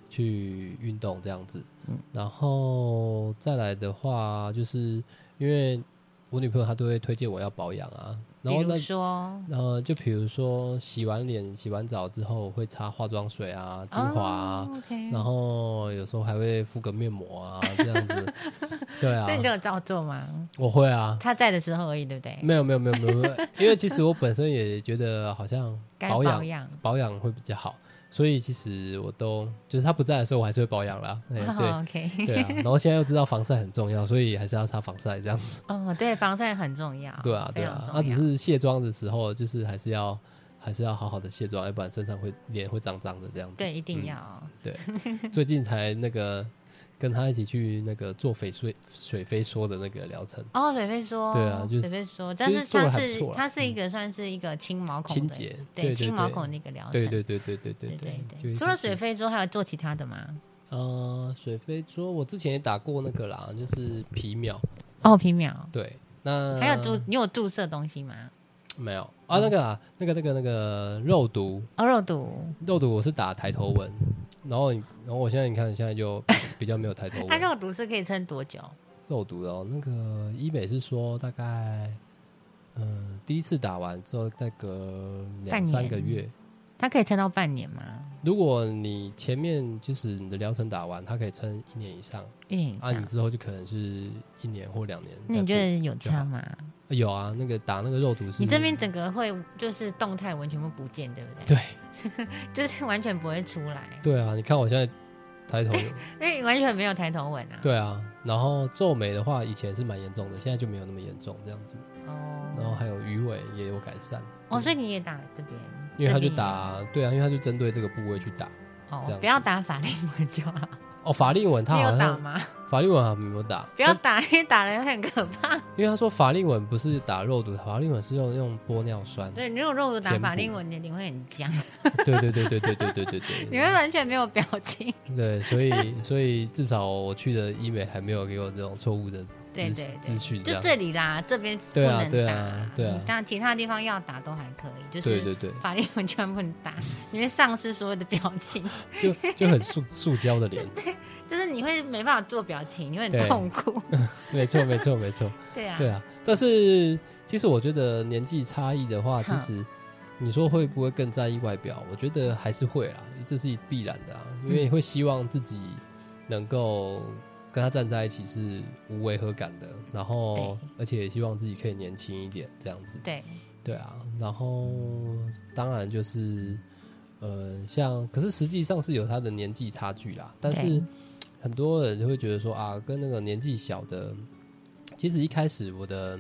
[SPEAKER 2] 去运动这样子。
[SPEAKER 1] 嗯
[SPEAKER 2] 然后再来的话，就是因为我女朋友她都会推荐我要保养啊，然后
[SPEAKER 1] 比
[SPEAKER 2] 那
[SPEAKER 1] 如说，
[SPEAKER 2] 呃，就比如说洗完脸、洗完澡之后会擦化妆水啊、精华啊，
[SPEAKER 1] 哦，OK
[SPEAKER 2] 然后有时候还会敷个面膜啊，这样子。
[SPEAKER 1] (laughs)
[SPEAKER 2] 对啊
[SPEAKER 1] 所以，你都有照做吗？
[SPEAKER 2] 我会啊。
[SPEAKER 1] 他在的时候而已，对不对？
[SPEAKER 2] 没有没有没有没有，没有因为其实我本身也觉得好像
[SPEAKER 1] (laughs) 该
[SPEAKER 2] 保养
[SPEAKER 1] 养。
[SPEAKER 2] 保养会比较好，所以其实我都就是他不在的时候，我还是会保养啦。哎、
[SPEAKER 1] 哦、，OK， (laughs)
[SPEAKER 2] 对对啊，然后现在又知道防晒很重要，所以还是要擦防晒这样子。
[SPEAKER 1] 哦，对，防晒很重要，
[SPEAKER 2] 对啊
[SPEAKER 1] 哦非
[SPEAKER 2] 对
[SPEAKER 1] 常
[SPEAKER 2] 啊，
[SPEAKER 1] 重要
[SPEAKER 2] 那、只是卸妆的时候，就是还是要还是要好好的卸妆，要不然身上会脸会脏脏的这样子。
[SPEAKER 1] 对，一定要。
[SPEAKER 2] 对，最近才那个跟他一起去那个做翡翠水飞梭的那个疗程，
[SPEAKER 1] 哦，水飞说，
[SPEAKER 2] 对啊就是
[SPEAKER 1] 水飞说，但
[SPEAKER 2] 就是
[SPEAKER 1] 是
[SPEAKER 2] 做得
[SPEAKER 1] 它
[SPEAKER 2] 很
[SPEAKER 1] 是
[SPEAKER 2] 不错啦嗯
[SPEAKER 1] 它是一个算是一个清毛孔
[SPEAKER 2] 清
[SPEAKER 1] 的
[SPEAKER 2] 洁对
[SPEAKER 1] 对
[SPEAKER 2] 对
[SPEAKER 1] 清毛
[SPEAKER 2] 对
[SPEAKER 1] 孔的一个疗程，
[SPEAKER 2] 对对对对对对
[SPEAKER 1] 对对
[SPEAKER 2] 就
[SPEAKER 1] 对。
[SPEAKER 2] 一起
[SPEAKER 1] 除了
[SPEAKER 2] 去
[SPEAKER 1] 水飞说，还有做其他的吗？
[SPEAKER 2] 呃，水飞桌我之前也打过那个啦，就是皮秒。
[SPEAKER 1] 哦，皮秒，
[SPEAKER 2] 对，那
[SPEAKER 1] 还有注，你有注射东西吗？
[SPEAKER 2] 没有啊？那个啦，那个那个那个肉毒，
[SPEAKER 1] 哦，肉毒，
[SPEAKER 2] 肉毒我是打抬头纹，然后你然后我现在你看现在就 (coughs) 比较没有抬头
[SPEAKER 1] 它
[SPEAKER 2] 纹。
[SPEAKER 1] 啊肉毒是可以撑多久？
[SPEAKER 2] 肉毒的哦，那个医美是说大概。嗯，第一次打完之后，再隔两
[SPEAKER 1] 半
[SPEAKER 2] 三
[SPEAKER 1] 年
[SPEAKER 2] 个月。
[SPEAKER 1] 它可以撑到半年吗？
[SPEAKER 2] 如果你前面就是你的疗程打完，它可以撑一年以上，
[SPEAKER 1] 一年以
[SPEAKER 2] 啊，你
[SPEAKER 1] 上？
[SPEAKER 2] 之后就可能是一年或两年。
[SPEAKER 1] 那你觉得有差吗？
[SPEAKER 2] 有啊，那个打那个肉毒是
[SPEAKER 1] 你这边整个会就是动态纹全部不见，对不对？
[SPEAKER 2] (laughs) 对
[SPEAKER 1] 就是完全不会出来，
[SPEAKER 2] 对啊，你看我现在抬头，
[SPEAKER 1] 因为完全没有抬头纹啊。
[SPEAKER 2] 对啊，然后皱眉的话以前是蛮严重的，现在就没有那么严重这样子，然后
[SPEAKER 1] 哦
[SPEAKER 2] 还有鱼尾也有改善，
[SPEAKER 1] 哦，所以你也打这边，
[SPEAKER 2] 因为他就
[SPEAKER 1] 这边
[SPEAKER 2] 打对啊，因为他就针对这个部位去打。这
[SPEAKER 1] 哦
[SPEAKER 2] 样，
[SPEAKER 1] 不要打法令纹就好。
[SPEAKER 2] 哦，法令纹他
[SPEAKER 1] 你
[SPEAKER 2] 好
[SPEAKER 1] 有打
[SPEAKER 2] 像
[SPEAKER 1] 吗？
[SPEAKER 2] 法令纹还没有打，
[SPEAKER 1] 不要
[SPEAKER 2] 但
[SPEAKER 1] 打， (laughs) 因为打了会很可怕。
[SPEAKER 2] 因为他说法令纹不是打肉毒，法令纹是用用玻尿酸。
[SPEAKER 1] 对，你如果肉毒打
[SPEAKER 2] 填补
[SPEAKER 1] 法令纹，你的脸会很僵，
[SPEAKER 2] 对对对对对对对对
[SPEAKER 1] 你
[SPEAKER 2] 对
[SPEAKER 1] 会完全没有表
[SPEAKER 2] (laughs)
[SPEAKER 1] 情。
[SPEAKER 2] 对，所以所以至少我去的医美还没有给我这种错误的
[SPEAKER 1] 对
[SPEAKER 2] 资
[SPEAKER 1] 对对
[SPEAKER 2] 资讯，这
[SPEAKER 1] 就
[SPEAKER 2] 样
[SPEAKER 1] 这里啦，这边不
[SPEAKER 2] 对啊
[SPEAKER 1] 能
[SPEAKER 2] 对
[SPEAKER 1] 打
[SPEAKER 2] 啊对啊
[SPEAKER 1] 但其他地方要打都还可以，就
[SPEAKER 2] 对
[SPEAKER 1] 是
[SPEAKER 2] 对对。
[SPEAKER 1] 法令纹全部不能打，你会丧失所有的表情，
[SPEAKER 2] 就就很塑塑胶的
[SPEAKER 1] (laughs)
[SPEAKER 2] 脸，
[SPEAKER 1] 就是你会没办法做表情，你会
[SPEAKER 2] 对
[SPEAKER 1] 很痛
[SPEAKER 2] (laughs)
[SPEAKER 1] 苦。
[SPEAKER 2] 没错没错没错，
[SPEAKER 1] 对啊，
[SPEAKER 2] 对啊。但是其实我觉得年纪差异的话，其
[SPEAKER 1] 哼
[SPEAKER 2] 实你说会不会更在意外表？我觉得还是会啦，这是必然的啊，因为会希望自己能够跟他站在一起是无违和感的，然后而且也希望自己可以年轻一点这样子。
[SPEAKER 1] 对
[SPEAKER 2] 对啊，然后当然就是，呃，像可是实际上是有他的年纪差距啦，但是
[SPEAKER 1] 对
[SPEAKER 2] 很多人就会觉得说啊，跟那个年纪小的，其实一开始我的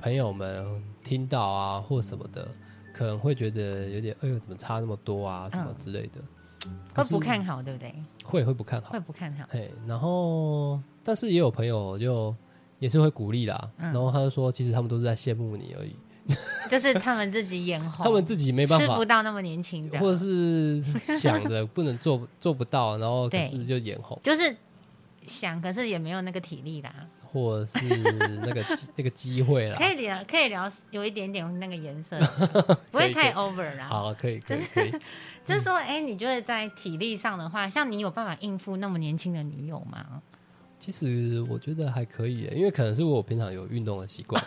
[SPEAKER 2] 朋友们听到啊或什么的，可能会觉得有点哎呦怎么差那么多啊什么
[SPEAKER 1] 嗯
[SPEAKER 2] 之类的，可
[SPEAKER 1] 会
[SPEAKER 2] 是
[SPEAKER 1] 不看好，对不对？
[SPEAKER 2] 会会不看好
[SPEAKER 1] 会，不看好，
[SPEAKER 2] 嘿，然后但是也有朋友就也是会鼓励啦，
[SPEAKER 1] 嗯
[SPEAKER 2] 然后他就说其实他们都是在羡慕你而已，
[SPEAKER 1] 就是他们自己眼红，
[SPEAKER 2] 他们自己没办
[SPEAKER 1] 吃
[SPEAKER 2] 法
[SPEAKER 1] 不到那么年轻的，
[SPEAKER 2] 或者是想着不能做做不到，然后可
[SPEAKER 1] 啊对
[SPEAKER 2] 是就眼红，
[SPEAKER 1] 就是想，可是也没有那个体力啦。
[SPEAKER 2] 或者是那个
[SPEAKER 1] (laughs)
[SPEAKER 2] 机那个机会啦
[SPEAKER 1] 可。以聊，可以聊有一点点那个颜
[SPEAKER 2] (laughs)
[SPEAKER 1] 色，不
[SPEAKER 2] 可
[SPEAKER 1] 会
[SPEAKER 2] 以
[SPEAKER 1] 太 over 啦。
[SPEAKER 2] 好，嗯可以可以可以，
[SPEAKER 1] 就是说，哎、你觉得在体力上的话，像你有办法应付那么年轻的女友吗？
[SPEAKER 2] 其实我觉得还可以耶，因为可能是我平常有运动的
[SPEAKER 1] (laughs)
[SPEAKER 2] 习惯，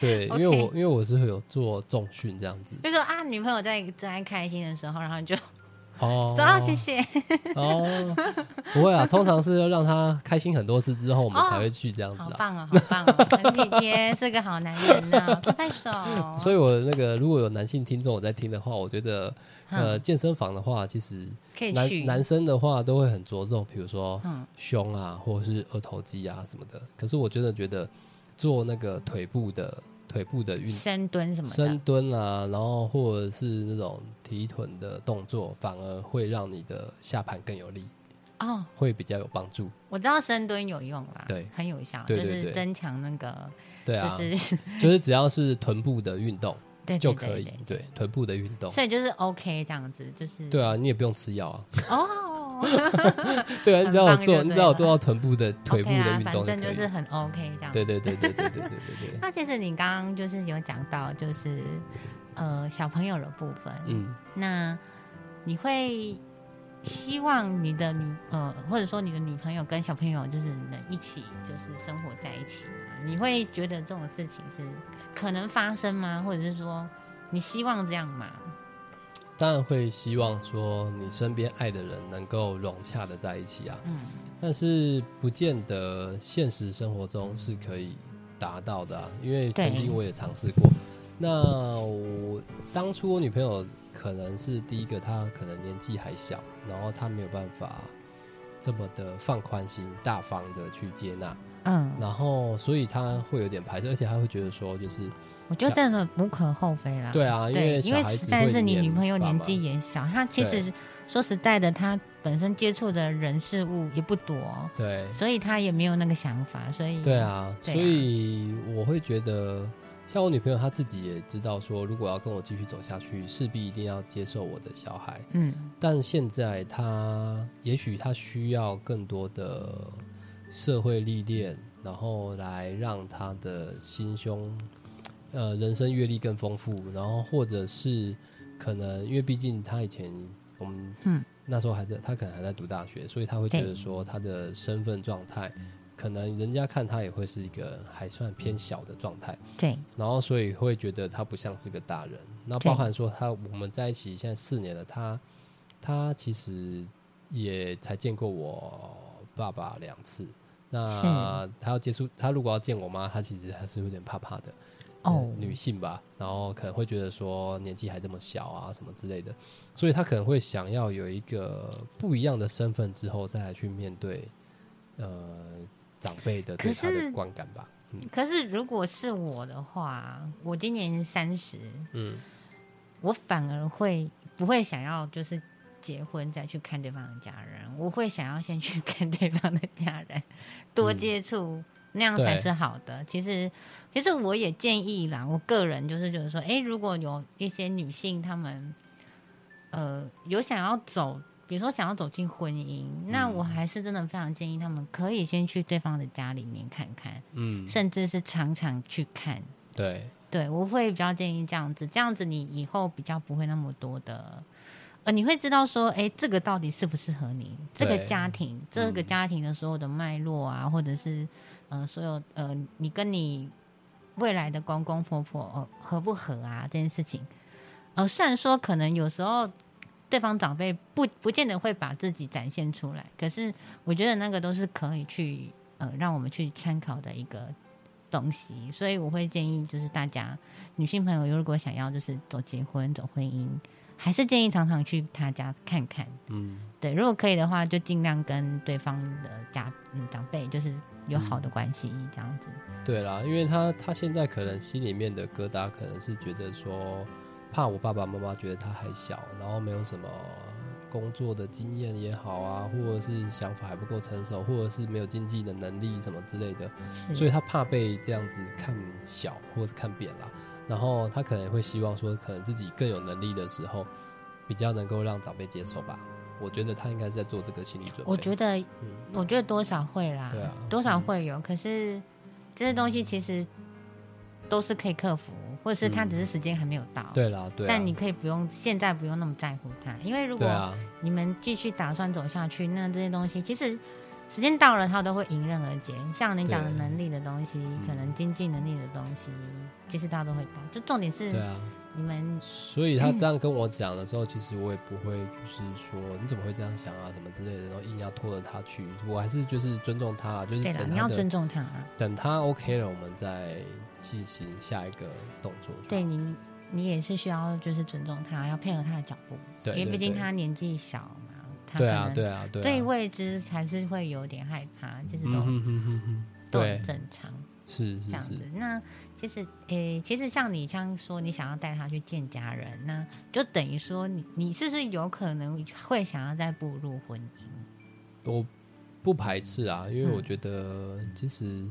[SPEAKER 2] 对，因
[SPEAKER 1] OK
[SPEAKER 2] 为我因为我是会有做重训这样子
[SPEAKER 1] 就说啊，女朋友在在开心的时候，然后你就
[SPEAKER 2] 哦
[SPEAKER 1] 说啊，谢谢。
[SPEAKER 2] 哦，不会啊，通常是要让他开心很多次之后，我们
[SPEAKER 1] 哦
[SPEAKER 2] 才会去这样子
[SPEAKER 1] 好
[SPEAKER 2] 啊。
[SPEAKER 1] 棒哦，好棒哦，很体贴，是个好男人
[SPEAKER 2] (laughs)
[SPEAKER 1] 呢、拍拍手。
[SPEAKER 2] 所以，我那个如果有男性听众我在听的话，我觉得
[SPEAKER 1] 嗯
[SPEAKER 2] 呃，健身房的话，其实
[SPEAKER 1] 可以去
[SPEAKER 2] 男男生的话都会很着重，比如说
[SPEAKER 1] 嗯
[SPEAKER 2] 胸啊，或者是二头肌啊什么的。可是我真的觉得做那个腿部的腿部的运
[SPEAKER 1] 深蹲什么
[SPEAKER 2] 深
[SPEAKER 1] 的，
[SPEAKER 2] 蹲啊，然后或者是那种提臀的动作，反而会让你的下盘更有力，
[SPEAKER 1] 哦，
[SPEAKER 2] 会比较有帮助。
[SPEAKER 1] 我知道深蹲有用啦，
[SPEAKER 2] 对
[SPEAKER 1] 很有效，
[SPEAKER 2] 对对
[SPEAKER 1] 就
[SPEAKER 2] 对
[SPEAKER 1] 是增强那个，
[SPEAKER 2] 对啊，
[SPEAKER 1] 就是
[SPEAKER 2] (laughs) 就是只要是臀部的运动
[SPEAKER 1] 对对
[SPEAKER 2] 就
[SPEAKER 1] 对
[SPEAKER 2] 可以
[SPEAKER 1] 对，
[SPEAKER 2] 对臀部的运动。
[SPEAKER 1] 所以就是 OK 这样子，就是
[SPEAKER 2] 对啊，你也不用吃
[SPEAKER 1] (laughs)
[SPEAKER 2] 药啊。
[SPEAKER 1] 哦。
[SPEAKER 2] 对啊，
[SPEAKER 1] 很
[SPEAKER 2] 你只要有
[SPEAKER 1] 棒就
[SPEAKER 2] 做，
[SPEAKER 1] 对
[SPEAKER 2] 你只要有
[SPEAKER 1] 了
[SPEAKER 2] 做到臀部的 (laughs) 腿部
[SPEAKER 1] OK
[SPEAKER 2] 的
[SPEAKER 1] 啦
[SPEAKER 2] 运，
[SPEAKER 1] 反
[SPEAKER 2] 动就
[SPEAKER 1] 正
[SPEAKER 2] 可
[SPEAKER 1] 就
[SPEAKER 2] 以
[SPEAKER 1] 是。很 OK 这样。
[SPEAKER 2] 对对对对对对对对对。
[SPEAKER 1] 那其实你刚刚就是有讲到，就是呃小朋友的部分，
[SPEAKER 2] 嗯，
[SPEAKER 1] 那你会希望你的女呃或者说你的女朋友跟小朋友就是能一起就是生活在一起吗？你会觉得这种事情是可能发生吗？或者是说你希望这样吗？
[SPEAKER 2] 当然会希望说你身边爱的人能够融洽的在一起啊，
[SPEAKER 1] 嗯，
[SPEAKER 2] 但是不见得现实生活中是可以达到的、啊，因为
[SPEAKER 1] 对
[SPEAKER 2] 曾经我也尝试过。那我当初我女朋友可能是第一个，她可能年纪还小，然后她没有办法这么的放宽心、大方的去接纳，
[SPEAKER 1] 嗯，
[SPEAKER 2] 然后所以他会有点排斥，而且他会觉得说就是
[SPEAKER 1] 我觉得真的无可厚非啦。
[SPEAKER 2] 对啊，
[SPEAKER 1] 对，因
[SPEAKER 2] 小
[SPEAKER 1] 为
[SPEAKER 2] 孩子
[SPEAKER 1] 实在
[SPEAKER 2] 会
[SPEAKER 1] 是你
[SPEAKER 2] 黏
[SPEAKER 1] 女朋友
[SPEAKER 2] 爸
[SPEAKER 1] 年
[SPEAKER 2] 妈
[SPEAKER 1] 纪也小，她其实说实在的，她本身接触的人事物也不多，
[SPEAKER 2] 对
[SPEAKER 1] 所以她也没有那个想法，所以
[SPEAKER 2] 对，啊，
[SPEAKER 1] 对啊
[SPEAKER 2] 所以我会觉得，像我女朋友她自己也知道说，如果要跟我继续走下去，势必一定要接受我的小孩。
[SPEAKER 1] 嗯
[SPEAKER 2] 但现在她也许她需要更多的社会历练，然后来让她的心胸，呃，人生阅历更丰富，然后或者是可能因为毕竟她以前我们
[SPEAKER 1] 嗯
[SPEAKER 2] 那时候还在，他可能还在读大学，所以他会觉得说他的身份状态，可能人家看他也会是一个还算偏小的状态，
[SPEAKER 1] 对，
[SPEAKER 2] 然后所以会觉得他不像是个大人。那
[SPEAKER 1] 对
[SPEAKER 2] 包含说他我们在一起现在四年了，他他其实也才见过我爸爸两次。那他要接触他如果要见我妈，他其实还是有点怕怕的。
[SPEAKER 1] 哦，
[SPEAKER 2] 女性吧，然后可能会觉得说年纪还这么小啊，什么之类的，所以她可能会想要有一个不一样的身份之后再来去面对，呃，长辈的对
[SPEAKER 1] 可
[SPEAKER 2] 她的
[SPEAKER 1] 是
[SPEAKER 2] 观感吧。
[SPEAKER 1] 可是如果是我的话，我今年三十，
[SPEAKER 2] 嗯，
[SPEAKER 1] 我反而会不会想要就是结婚再去看对方的家人，我会想要先去看对方的家人，多接触。那样才
[SPEAKER 2] 对
[SPEAKER 1] 是好的。其实，其实我也建议啦，我个人就是觉得说，诶，如果有一些女性她们，呃，有想要走，比如说想要走进婚姻，那
[SPEAKER 2] 嗯
[SPEAKER 1] 我还是真的非常建议她们可以先去对方的家里面看看，
[SPEAKER 2] 嗯，
[SPEAKER 1] 甚至是常常去看。
[SPEAKER 2] 对，
[SPEAKER 1] 对，我会比较建议这样子，这样子你以后比较不会那么多的，呃，你会知道说，哎，这个到底适不适合你，这个
[SPEAKER 2] 对
[SPEAKER 1] 家庭，这个
[SPEAKER 2] 嗯
[SPEAKER 1] 家庭的所有的脉络啊，或者是呃，所有呃，你跟你未来的公公婆婆、呃、合不合啊这件事情，呃，虽然说可能有时候。对方长辈不不见得会把自己展现出来，可是我觉得那个都是可以去呃让我们去参考的一个东西，所以我会建议就是大家女性朋友如果想要就是走结婚走婚姻，还是建议常常去他家看看。
[SPEAKER 2] 嗯，
[SPEAKER 1] 对，如果可以的话，就尽量跟对方的家嗯长辈就是有好
[SPEAKER 2] 嗯
[SPEAKER 1] 的关系这样子。
[SPEAKER 2] 对啦，因为她她现在可能心里面的疙瘩，可能是觉得说，怕我爸爸妈妈觉得她还小，然后没有什么工作的经验也好啊，或者是想法还不够成熟，或者是没有经济的能力什么之类的，
[SPEAKER 1] 是，
[SPEAKER 2] 嗯所以他怕被这样子看小或是看扁啦，然后他可能会希望说，可能自己更有能力的时候，比较能够让长辈接受吧。我觉得他应该是在做这个心理准备。
[SPEAKER 1] 我觉
[SPEAKER 2] 得，
[SPEAKER 1] 得
[SPEAKER 2] 嗯，
[SPEAKER 1] 我觉得多少会啦，
[SPEAKER 2] 对啊
[SPEAKER 1] 多少会有。可是这些东西其实都是可以克服，或者是他
[SPEAKER 2] 嗯
[SPEAKER 1] 只是时间还没有到。
[SPEAKER 2] 对啦，对啊，
[SPEAKER 1] 但你可以不用现在不用那么在乎他，因为如果
[SPEAKER 2] 对啊，
[SPEAKER 1] 你们继续打算走下去，那这些东西其实时间到了，它都会迎刃而解。像你讲的
[SPEAKER 2] 对嗯
[SPEAKER 1] 能力的东西，可能经济能力的东西，其实大家都会打。就重点是
[SPEAKER 2] 对啊。
[SPEAKER 1] 你们
[SPEAKER 2] 所以他这样跟我讲的时候，其实我也不会就是说你怎么会这样想啊什么之类的，然后硬要拖着他去。我还是就是尊重他啦，就是
[SPEAKER 1] 对了，
[SPEAKER 2] 等
[SPEAKER 1] 你
[SPEAKER 2] 他
[SPEAKER 1] 要
[SPEAKER 2] 的
[SPEAKER 1] 尊重他啊。
[SPEAKER 2] 等他 OK 了，我们再进行下一个动作就好。
[SPEAKER 1] 对你，你也是需要就是尊重他，要配合他的脚步，
[SPEAKER 2] 对，
[SPEAKER 1] 因为
[SPEAKER 2] 对
[SPEAKER 1] 毕竟
[SPEAKER 2] 对
[SPEAKER 1] 他年纪小嘛，他可
[SPEAKER 2] 对啊
[SPEAKER 1] 能
[SPEAKER 2] 对啊对啊，
[SPEAKER 1] 对未知还是会有点害怕，其实都、
[SPEAKER 2] 嗯哼哼哼哼
[SPEAKER 1] 都
[SPEAKER 2] 对
[SPEAKER 1] 很，正常。
[SPEAKER 2] 是
[SPEAKER 1] 这
[SPEAKER 2] 是
[SPEAKER 1] 样子
[SPEAKER 2] 是，。
[SPEAKER 1] 那其实，诶、其实像你像说你想要带他去见家人，那就等于说你你是不是有可能会想要再步入婚姻？
[SPEAKER 2] 我不排斥啊，因为
[SPEAKER 1] 嗯
[SPEAKER 2] 我觉得其实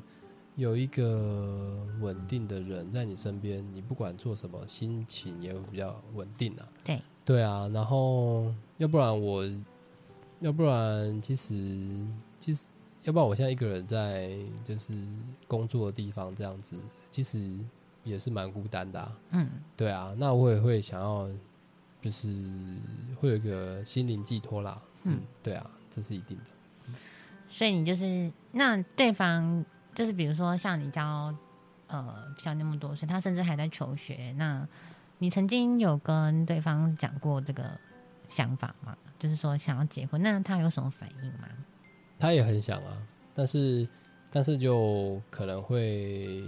[SPEAKER 2] 有一个稳定的人在你身边，你不管做什么，心情也会比较稳定啊。
[SPEAKER 1] 对，
[SPEAKER 2] 对啊，然后要不然我，要不然其实其实，要不然我现在一个人在就是工作的地方这样子，其实也是蛮孤单的、啊。
[SPEAKER 1] 嗯，
[SPEAKER 2] 对啊，那我也会想要，就是会有一个心灵寄托啦。
[SPEAKER 1] 嗯
[SPEAKER 2] 嗯，对啊，这是一定的。
[SPEAKER 1] 所以你就是那对方就是比如说像你教呃像那么多岁，他甚至还在求学，那你曾经有跟对方讲过这个想法吗？就是说想要结婚，那他有什么反应吗？
[SPEAKER 2] 他也很想啊，但是但是就可能会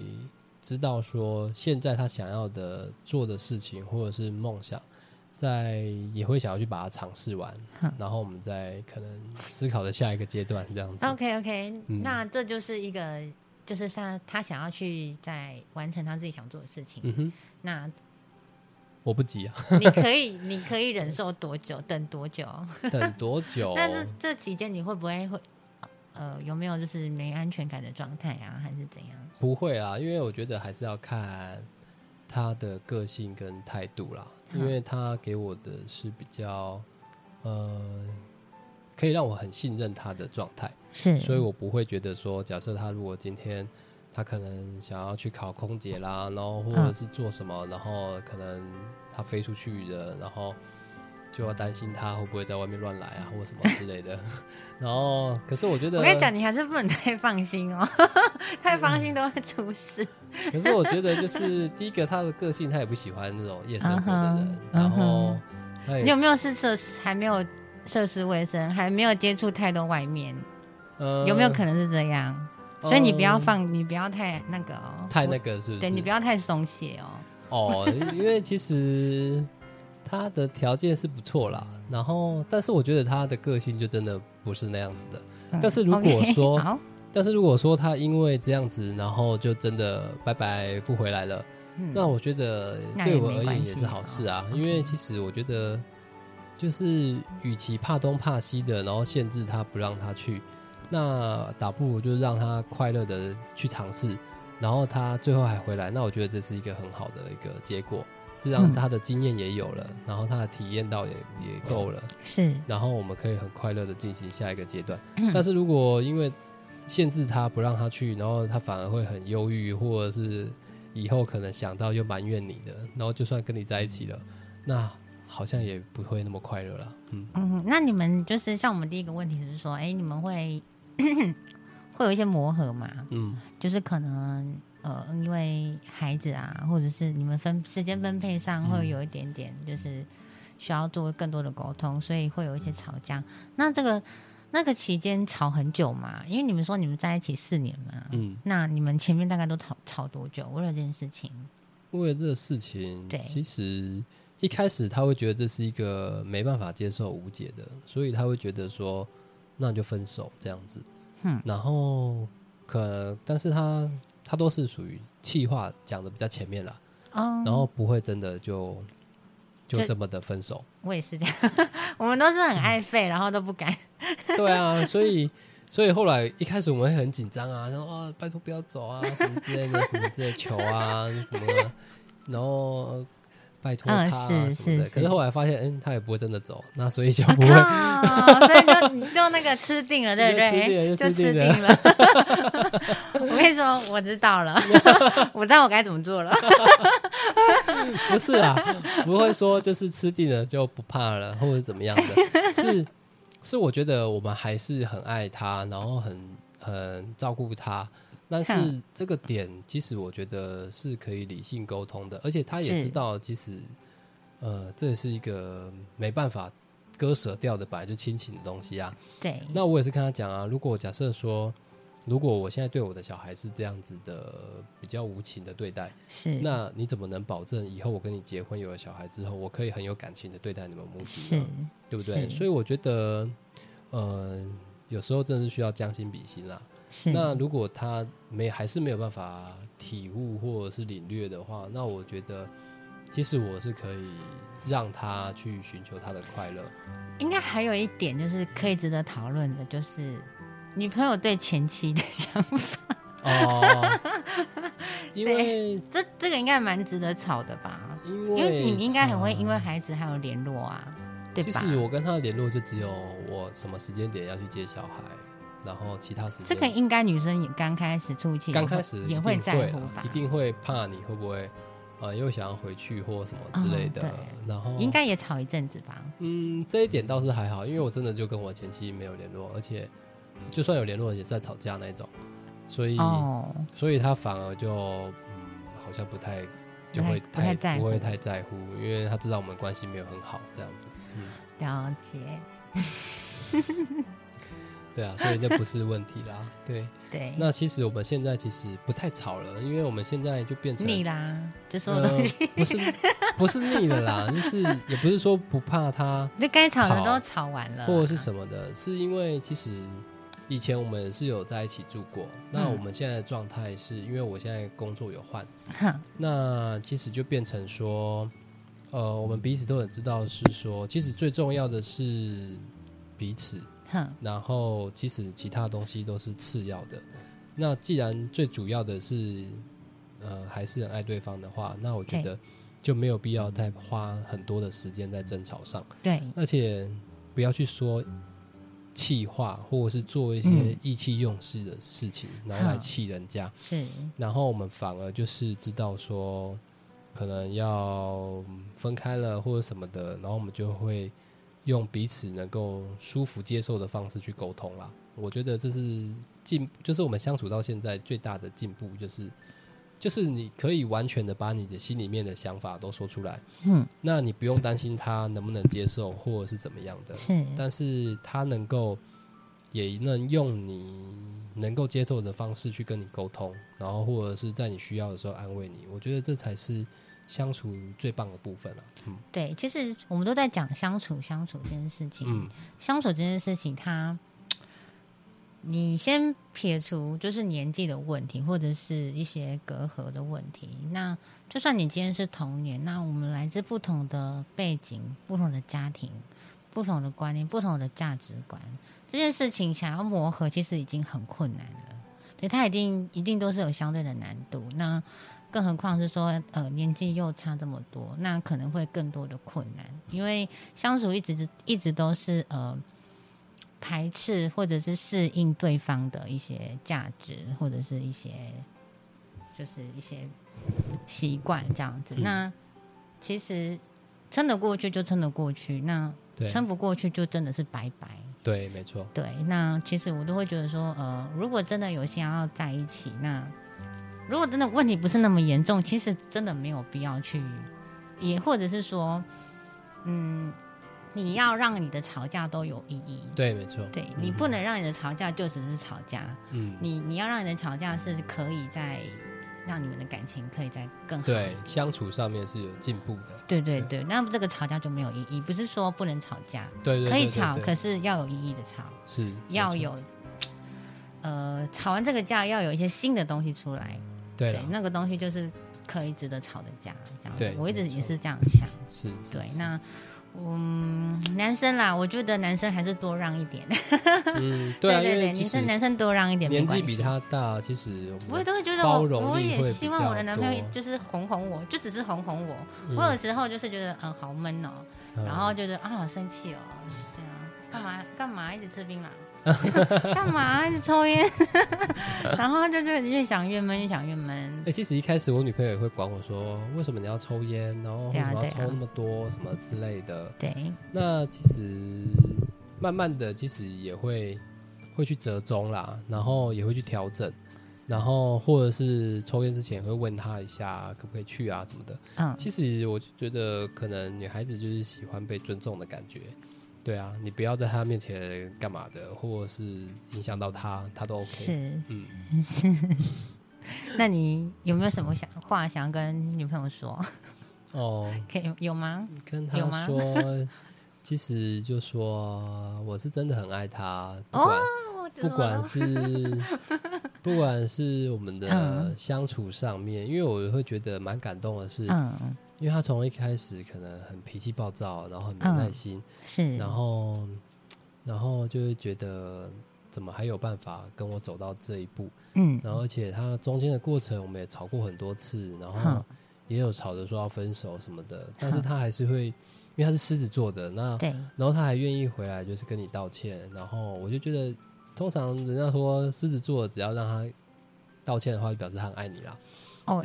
[SPEAKER 2] 知道说，现在他想要的做的事情或者是梦想，在也会想要去把它尝试完，
[SPEAKER 1] 哼
[SPEAKER 2] 然后我们再可能思考的下一个阶段这样子。
[SPEAKER 1] OK OK，、
[SPEAKER 2] 嗯
[SPEAKER 1] 那这就是一个，就是他他想要去在完成他自己想做的事情。
[SPEAKER 2] 嗯哼，
[SPEAKER 1] 那
[SPEAKER 2] 我不急啊，
[SPEAKER 1] (laughs) 你可以，你可以忍受多久，等多久？
[SPEAKER 2] 哦等多久？
[SPEAKER 1] 那这这期间你会不会会呃有没有就是没安全感的状态啊，还是怎样？
[SPEAKER 2] 不会啊，因为我觉得还是要看他的个性跟态度啦，
[SPEAKER 1] 嗯
[SPEAKER 2] 因为他给我的是比较呃，可以让我很信任他的状态，
[SPEAKER 1] 是
[SPEAKER 2] 所以我不会觉得说，假设他如果今天他可能想要去考空姐啦，然后或者
[SPEAKER 1] 嗯
[SPEAKER 2] 是做什么，然后可能他飞出去了，然后就要担心他会不会在外面乱来啊，或什么之类的。 (laughs) 然后，可是我觉得，
[SPEAKER 1] 我跟你讲，你还是不能太放心哦， (laughs) 太放心都会出事。
[SPEAKER 2] 嗯可是我觉得，就是第一个，他的个性他也不喜欢那种夜生活的人，
[SPEAKER 1] 嗯哼
[SPEAKER 2] 然后
[SPEAKER 1] 嗯
[SPEAKER 2] 他
[SPEAKER 1] 你有
[SPEAKER 2] 也
[SPEAKER 1] 没有是涉还没有涉世未深，还没有接触太多外面，
[SPEAKER 2] 呃
[SPEAKER 1] 有没有可能是这样？所以你不要
[SPEAKER 2] 呃
[SPEAKER 1] 放，你不要太那个哦，
[SPEAKER 2] 太那
[SPEAKER 1] 我，
[SPEAKER 2] 个，是不是？
[SPEAKER 1] 对你不要太松懈哦。
[SPEAKER 2] 哦，因为其实他的条件是不错啦，然后但是我觉得他的个性就真的不是那样子的。
[SPEAKER 1] 嗯
[SPEAKER 2] 但是如果
[SPEAKER 1] OK，
[SPEAKER 2] 说
[SPEAKER 1] (laughs) 好，
[SPEAKER 2] 但是如果说他因为这样子，然后就真的拜拜不回来了，
[SPEAKER 1] 嗯
[SPEAKER 2] 那我觉得
[SPEAKER 1] 那
[SPEAKER 2] 对
[SPEAKER 1] 也
[SPEAKER 2] 我
[SPEAKER 1] 没
[SPEAKER 2] 而
[SPEAKER 1] 关
[SPEAKER 2] 言也
[SPEAKER 1] 系
[SPEAKER 2] 是好事啊，
[SPEAKER 1] 哦
[SPEAKER 2] 因为
[SPEAKER 1] OK
[SPEAKER 2] 其实我觉得就是与其怕东怕西的，然后限制他不让他去，那倒不如就是让他快乐的去尝试，然后他最后还回来，那我觉得这是一个很好的一个结果，是让
[SPEAKER 1] 嗯
[SPEAKER 2] 他的经验也有了，然后他的体验到也也够了，
[SPEAKER 1] 是
[SPEAKER 2] 然后我们可以很快乐的进行下一个阶段。但是如果因为限制他不让他去，然后他反而会很忧郁，或者是以后可能想到又埋怨你的，然后就算跟你在一起了，那好像也不会那么快乐了。嗯，
[SPEAKER 1] 嗯，那你们就是像我们第一个问题是说，哎、你们会 (coughs) 会有一些磨合嘛？
[SPEAKER 2] 嗯，
[SPEAKER 1] 就是可能呃，因为孩子啊，或者是你们分时间分配上会有一点点，就是需要做更多的沟通，所以会有一些吵架。那这个那个期间吵很久嘛？因为你们说你们在一起四年嘛，
[SPEAKER 2] 嗯，
[SPEAKER 1] 那你们前面大概都吵吵多久？为了这件事情，
[SPEAKER 2] 为了这个事情，
[SPEAKER 1] 对
[SPEAKER 2] 其实一开始他会觉得这是一个没办法接受、无解的，所以他会觉得说，那就分手这样子。
[SPEAKER 1] 嗯，
[SPEAKER 2] 然后可，但是他他都是属于气话讲的比较前面啦，
[SPEAKER 1] 哦，
[SPEAKER 2] 然后不会真的就就
[SPEAKER 1] 就
[SPEAKER 2] 这么的分手。
[SPEAKER 1] 我也是这样， (laughs) 我们都是很爱废，然后都不敢，
[SPEAKER 2] 对啊，所以所以后来一开始我们会很紧张啊，然后啊拜托不要走啊什么之类的，什么之类的求啊什么的，然后呃拜托他、啊
[SPEAKER 1] 嗯是
[SPEAKER 2] 什么的。
[SPEAKER 1] 是
[SPEAKER 2] 可是
[SPEAKER 1] 是
[SPEAKER 2] 后来发现，嗯，他也不会真的走，那所以就
[SPEAKER 1] 啊
[SPEAKER 2] 不会。
[SPEAKER 1] 靠！哦所以就你就那个吃定了，对不对？
[SPEAKER 2] 就吃
[SPEAKER 1] 就
[SPEAKER 2] 定
[SPEAKER 1] 吃
[SPEAKER 2] 了就
[SPEAKER 1] 定了。 (laughs) 我跟你说，我知道
[SPEAKER 2] (laughs)
[SPEAKER 1] 了，我知道我该怎么做了。
[SPEAKER 2] (laughs) 不是啦，不会说就是吃定了就不怕了，或者怎么
[SPEAKER 1] (laughs)
[SPEAKER 2] 样的，是是，我觉得我们还是很爱他，然后很很照顾他。但是
[SPEAKER 1] 哼
[SPEAKER 2] 这个点，其实我觉得是可以理性沟通的，而且他也
[SPEAKER 1] 是
[SPEAKER 2] 知道，其实呃，这是一个没办法割舍掉的，本来就亲情的东西啊。
[SPEAKER 1] 对，
[SPEAKER 2] 那我也是跟他讲啊，如果假设说，如果我现在对我的小孩是这样子的比较无情的对待，
[SPEAKER 1] 是
[SPEAKER 2] 那你怎么能保证以后我跟你结婚有了小孩之后，我可以很有感情的对待你们母子
[SPEAKER 1] 是
[SPEAKER 2] 呢？对不对？
[SPEAKER 1] 是
[SPEAKER 2] 所以我觉得，呃，有时候真的是需要将心比心啦。
[SPEAKER 1] 是，
[SPEAKER 2] 那如果他没还是没有办法体悟或者是领略的话，那我觉得其实我是可以让他去寻求他的快乐。
[SPEAKER 1] 应该还有一点就是可以值得讨论的，就是女朋友对前妻的想法，
[SPEAKER 2] 哦， (laughs) 因为
[SPEAKER 1] 这这个应该蛮值得吵的吧？
[SPEAKER 2] 因
[SPEAKER 1] 因
[SPEAKER 2] 为
[SPEAKER 1] 为你应该很会因为
[SPEAKER 2] 嗯
[SPEAKER 1] 孩子还有联络啊，对
[SPEAKER 2] 其
[SPEAKER 1] 吧？
[SPEAKER 2] 实我跟他的联络就只有我什么时间点要去接小孩，然后其他时间
[SPEAKER 1] 这个应该女生也刚开始初期也
[SPEAKER 2] 刚
[SPEAKER 1] 会
[SPEAKER 2] 开始
[SPEAKER 1] 也
[SPEAKER 2] 一
[SPEAKER 1] 会
[SPEAKER 2] 定
[SPEAKER 1] 在
[SPEAKER 2] 会
[SPEAKER 1] 乎
[SPEAKER 2] 啦
[SPEAKER 1] 吧
[SPEAKER 2] 一？定会怕你会不会呃又想要回去或什么之类的。
[SPEAKER 1] 嗯
[SPEAKER 2] 然后
[SPEAKER 1] 应该也吵一阵子吧？
[SPEAKER 2] 嗯这一点倒是还好，因为我真的就跟我前妻没有联络，而且就算有联络也是在吵架那一种，所以、
[SPEAKER 1] 哦，
[SPEAKER 2] 所以他反而就嗯好像不太。就会
[SPEAKER 1] 不太不太在乎
[SPEAKER 2] 不会太在乎，因为他知道我们关系没有很好这样子。
[SPEAKER 1] 了解。
[SPEAKER 2] 对啊，所以那不是问题啦。
[SPEAKER 1] (laughs)
[SPEAKER 2] 对，
[SPEAKER 1] 对，
[SPEAKER 2] 那其实我们现在其实不太吵了，因为我们现在就变成
[SPEAKER 1] 腻啦，就所有东西，
[SPEAKER 2] 呃、不是不是腻了啦，
[SPEAKER 1] (laughs)
[SPEAKER 2] 就是也不是说不怕它
[SPEAKER 1] 就该吵的
[SPEAKER 2] 好
[SPEAKER 1] 都吵完了，
[SPEAKER 2] 或者是什么的，是因为其实以前我们是有在一起住过，
[SPEAKER 1] 嗯
[SPEAKER 2] 那我们现在的状态是因为我现在工作有换，
[SPEAKER 1] 哼
[SPEAKER 2] 那其实就变成说，呃，我们彼此都很知道是说，其实最重要的是彼此，
[SPEAKER 1] 哼，
[SPEAKER 2] 然后其实其他东西都是次要的。那既然最主要的是，呃，还是很爱对方的话，那我觉得就没有必要再花很多的时间在争吵上，
[SPEAKER 1] 对，
[SPEAKER 2] 而且不要去说气话，或者是做一些
[SPEAKER 1] 嗯
[SPEAKER 2] 意气用事的事情，然后来
[SPEAKER 1] 好
[SPEAKER 2] 气人家。
[SPEAKER 1] 是，
[SPEAKER 2] 然后我们反而就是知道说，可能要分开了或者什么的，然后我们就会用彼此能够舒服接受的方式去沟通啦。我觉得这是进，就是我们相处到现在最大的进步，就是就是你可以完全的把你的心里面的想法都说出来，
[SPEAKER 1] 嗯，
[SPEAKER 2] 那你不用担心他能不能接受或者是怎么样的，
[SPEAKER 1] 是，
[SPEAKER 2] 但是他能够也能用你能够接受的方式去跟你沟通，然后或者是在你需要的时候安慰你，我觉得这才是相处最棒的部分了、嗯
[SPEAKER 1] 对，其实我们都在讲相处相处这件事情，
[SPEAKER 2] 嗯，
[SPEAKER 1] 相处这件事情它，你先撇除就是年纪的问题，或者是一些隔阂的问题。那就算你今天是童年，那我们来自不同的背景、不同的家庭、不同的观念、不同的价值观，这件事情想要磨合，其实已经很困难了。对，它一定一定都是有相对的难度。那更何况是说，呃，年纪又差这么多，那可能会更多的困难，因为相处一直一直都是呃排斥或者是适应对方的一些价值或者是一些就是一些习惯这样子。
[SPEAKER 2] 嗯
[SPEAKER 1] 那其实撑得过去就撑得过去，那
[SPEAKER 2] 对
[SPEAKER 1] 撑不过去就真的是拜拜。
[SPEAKER 2] 对，没错，
[SPEAKER 1] 对，那其实我都会觉得说，呃，如果真的有想要在一起，那如果真的问题不是那么严重，其实真的没有必要去，也或者是说，嗯，你要让你的吵架都有意义。
[SPEAKER 2] 对，没错，
[SPEAKER 1] 对你不能让你的吵架就只是吵架，
[SPEAKER 2] 嗯，
[SPEAKER 1] 你你要让你的吵架是可以在让你们的感情可以再更好。
[SPEAKER 2] 对，相处上面是有进步的，
[SPEAKER 1] 对对对，那这个吵架就没有意义，不是说不能吵架，
[SPEAKER 2] 对对，
[SPEAKER 1] 可以
[SPEAKER 2] 对对
[SPEAKER 1] 吵，
[SPEAKER 2] 对
[SPEAKER 1] 可是要有意义的吵。
[SPEAKER 2] 是
[SPEAKER 1] 要
[SPEAKER 2] 没错
[SPEAKER 1] 有，呃，吵完这个架要有一些新的东西出来，
[SPEAKER 2] 对
[SPEAKER 1] 对
[SPEAKER 2] 了，
[SPEAKER 1] 那个东西就是可以值得吵的架，这样
[SPEAKER 2] 对
[SPEAKER 1] 子。我一直
[SPEAKER 2] 没错
[SPEAKER 1] 也是这样想，
[SPEAKER 2] 是，是
[SPEAKER 1] 对，
[SPEAKER 2] 是
[SPEAKER 1] 那。嗯，男生啦，我觉得男生还是多让一点。 (laughs)
[SPEAKER 2] 嗯，对啊，因
[SPEAKER 1] 对对，
[SPEAKER 2] 为
[SPEAKER 1] 女
[SPEAKER 2] 其实
[SPEAKER 1] 生男生多让一点没
[SPEAKER 2] 年纪
[SPEAKER 1] 关
[SPEAKER 2] 比
[SPEAKER 1] 系。
[SPEAKER 2] 他大，其实我
[SPEAKER 1] 我也
[SPEAKER 2] 们
[SPEAKER 1] 都会觉得
[SPEAKER 2] 包
[SPEAKER 1] 我，
[SPEAKER 2] 容
[SPEAKER 1] 我
[SPEAKER 2] 力
[SPEAKER 1] 也
[SPEAKER 2] 会
[SPEAKER 1] 希
[SPEAKER 2] 比
[SPEAKER 1] 望我
[SPEAKER 2] 较
[SPEAKER 1] 的男朋友
[SPEAKER 2] 多
[SPEAKER 1] 就是哄哄我，就只是哄哄我。
[SPEAKER 2] 嗯
[SPEAKER 1] 我有时候就是觉得，嗯，好闷哦，
[SPEAKER 2] 嗯
[SPEAKER 1] 然后就是啊，好生气哦，
[SPEAKER 2] (laughs)
[SPEAKER 1] 对啊，干嘛干嘛一直吃槟榔，干嘛一直抽烟， (laughs) 然后就就越想越闷，越想越闷
[SPEAKER 2] 哎、。其实一开始我女朋友也会管我说，为什么你要抽烟，然后为
[SPEAKER 1] 对啊
[SPEAKER 2] 什么要
[SPEAKER 1] 对啊
[SPEAKER 2] 抽那么多、什么之类的。
[SPEAKER 1] 对，
[SPEAKER 2] 那其实慢慢的，其实也会会去折中啦，然后也会去调整，然后或者是抽烟之前也会问她一下可不可以去啊什么的。
[SPEAKER 1] 嗯，
[SPEAKER 2] 其实我就觉得，可能女孩子就是喜欢被尊重的感觉。对啊，你不要在她面前干嘛的，或者是影响到她，她都 OK。
[SPEAKER 1] 是。
[SPEAKER 2] 嗯，
[SPEAKER 1] (laughs) 那你有没有什么想话想要跟女朋友说？ (laughs)
[SPEAKER 2] 哦，
[SPEAKER 1] 可以有吗？
[SPEAKER 2] 跟他
[SPEAKER 1] 有吗
[SPEAKER 2] 说，其实就说我是真的很爱他，不
[SPEAKER 1] 哦
[SPEAKER 2] 管、不管是不管是我们的
[SPEAKER 1] 嗯
[SPEAKER 2] 相处上面，因为我会觉得蛮感动的是，
[SPEAKER 1] 嗯，
[SPEAKER 2] 因为他从一开始可能很脾气暴躁，然后很没耐心，
[SPEAKER 1] 嗯是，
[SPEAKER 2] 然后然后就会觉得怎么还有办法跟我走到这一步，
[SPEAKER 1] 嗯，
[SPEAKER 2] 然后而且他中间的过程我们也吵过很多次，然后
[SPEAKER 1] 哼
[SPEAKER 2] 也有吵着说要分手什么的，但是他还是会，因为他是狮子座的，那 (laughs)
[SPEAKER 1] 对，
[SPEAKER 2] 然后他还愿意回来就是跟你道歉，然后我就觉得，通常人家说狮子座只要让他道歉的话，就表示他很
[SPEAKER 1] (laughs)
[SPEAKER 2] 爱你啦。
[SPEAKER 1] 哦，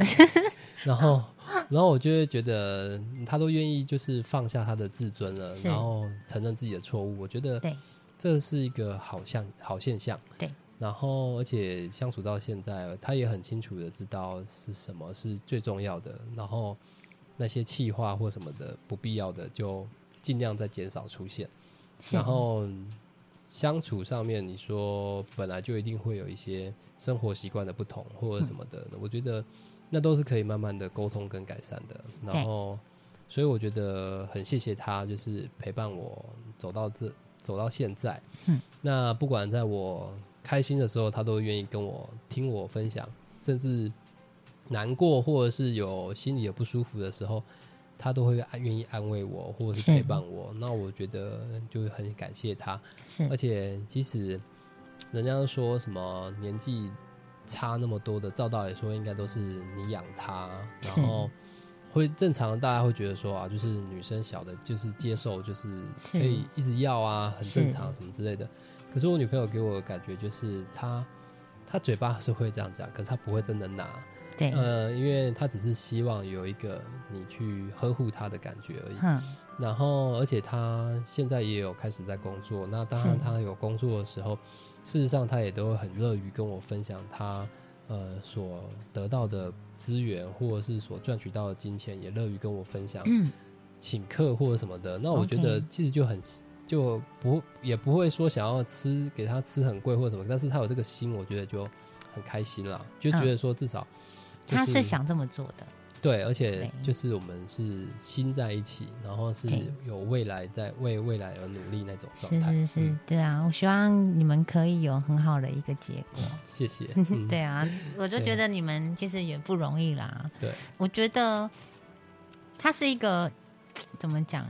[SPEAKER 2] 然后，然后我就会觉得嗯他都愿意就是放下他的自尊了，
[SPEAKER 1] 是
[SPEAKER 2] 然后承认自己的错误。我觉得
[SPEAKER 1] 对
[SPEAKER 2] 这是一个好像好现象。
[SPEAKER 1] 对，
[SPEAKER 2] 然后而且相处到现在，他也很清楚的知道是什么是最重要的，然后那些气话或什么的不必要的就尽量再减少出现。
[SPEAKER 1] 是
[SPEAKER 2] 然后相处上面，你说本来就一定会有一些生活习惯的不同或者什么的，我觉得那都是可以慢慢的沟通跟改善的。然后，所以我觉得很谢谢他，就是陪伴我走到这走到现在。
[SPEAKER 1] 嗯
[SPEAKER 2] 那不管在我开心的时候，他都愿意跟我听我分享，甚至难过或者是有心里有不舒服的时候。他都会安愿意安慰我，或者是
[SPEAKER 1] 是
[SPEAKER 2] 陪伴我。那我觉得就很感谢他。
[SPEAKER 1] 是
[SPEAKER 2] 而且即使人家说什么年纪差那么多的，照道理说应该都是你养他，然
[SPEAKER 1] 是 (laughs)
[SPEAKER 2] 后会正常大家会觉得说啊，就是女生小的，就是接受，就是可
[SPEAKER 1] 是
[SPEAKER 2] 以一直要啊，很正
[SPEAKER 1] 是
[SPEAKER 2] 常什么之类的。可是我女朋友给我的感觉就是她。她嘴巴是会这样讲，可是她不会真的拿，
[SPEAKER 1] 对，
[SPEAKER 2] 呃，因为她只是希望有一个你去呵护她的感觉而已。
[SPEAKER 1] 嗯，
[SPEAKER 2] 然后，而且他现在也有开始在工作。那当然，
[SPEAKER 1] 是
[SPEAKER 2] 他有工作的时候，事实上他也都很乐于跟我分享他呃所得到的资源，或者是所赚取到的金钱，也乐于跟我分享，
[SPEAKER 1] 嗯
[SPEAKER 2] 请客或者什么的。那我
[SPEAKER 1] OK
[SPEAKER 2] 觉得其实就很就不也不会说想要吃给他吃很贵或什么，但是他有这个心，我觉得就很开心啦，就觉得说至少、
[SPEAKER 1] 嗯
[SPEAKER 2] 就
[SPEAKER 1] 他是想这么做的，
[SPEAKER 2] 对，而且
[SPEAKER 1] 对
[SPEAKER 2] 就是我们是心在一起，然后是
[SPEAKER 1] 对
[SPEAKER 2] 有未来在为未来而努力那种状
[SPEAKER 1] 是
[SPEAKER 2] 态。
[SPEAKER 1] 是是
[SPEAKER 2] 嗯，，
[SPEAKER 1] 对啊，我希望你们可以有很好的一个结果。(laughs)
[SPEAKER 2] 谢谢。嗯、
[SPEAKER 1] 对啊，我就
[SPEAKER 2] 对
[SPEAKER 1] 觉得你们其实也不容易啦。
[SPEAKER 2] 对，
[SPEAKER 1] 我觉得它是一个怎么讲？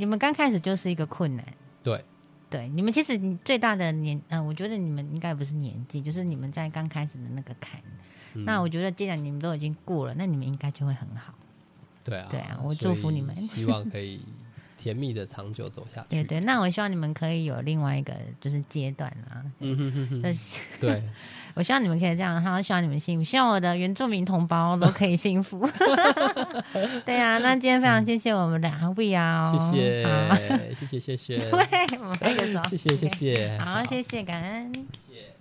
[SPEAKER 1] 你们刚开始就是一个困难。
[SPEAKER 2] 对
[SPEAKER 1] 对，你们其实最大的年，呃，我觉得你们应该不是年纪，就是你们在刚开始的那个坎。
[SPEAKER 2] 嗯
[SPEAKER 1] 那我觉得既然你们都已经过了，那你们应该就会很好。
[SPEAKER 2] 对啊，
[SPEAKER 1] 对啊我
[SPEAKER 2] 所以
[SPEAKER 1] 祝福你们
[SPEAKER 2] 希望可以甜蜜的长久走下去。
[SPEAKER 1] 对对，那我希望你们可以有另外一个就是阶段啦，
[SPEAKER 2] 嗯哼哼哼，
[SPEAKER 1] 就是
[SPEAKER 2] 对，
[SPEAKER 1] 我希望你们可以这样，然后希望你们幸福，希望我的原住民同胞都可以幸
[SPEAKER 2] (laughs)
[SPEAKER 1] 福。对啊，那今天非常谢谢我们的阿伟啊、
[SPEAKER 2] 谢
[SPEAKER 1] 哦， (laughs) 好
[SPEAKER 2] (laughs) 谢，谢谢，谢谢，
[SPEAKER 1] (laughs) 对，我们拍个手，
[SPEAKER 2] 谢谢，谢。谢，
[SPEAKER 1] 好，谢谢，感恩。
[SPEAKER 2] 谢谢。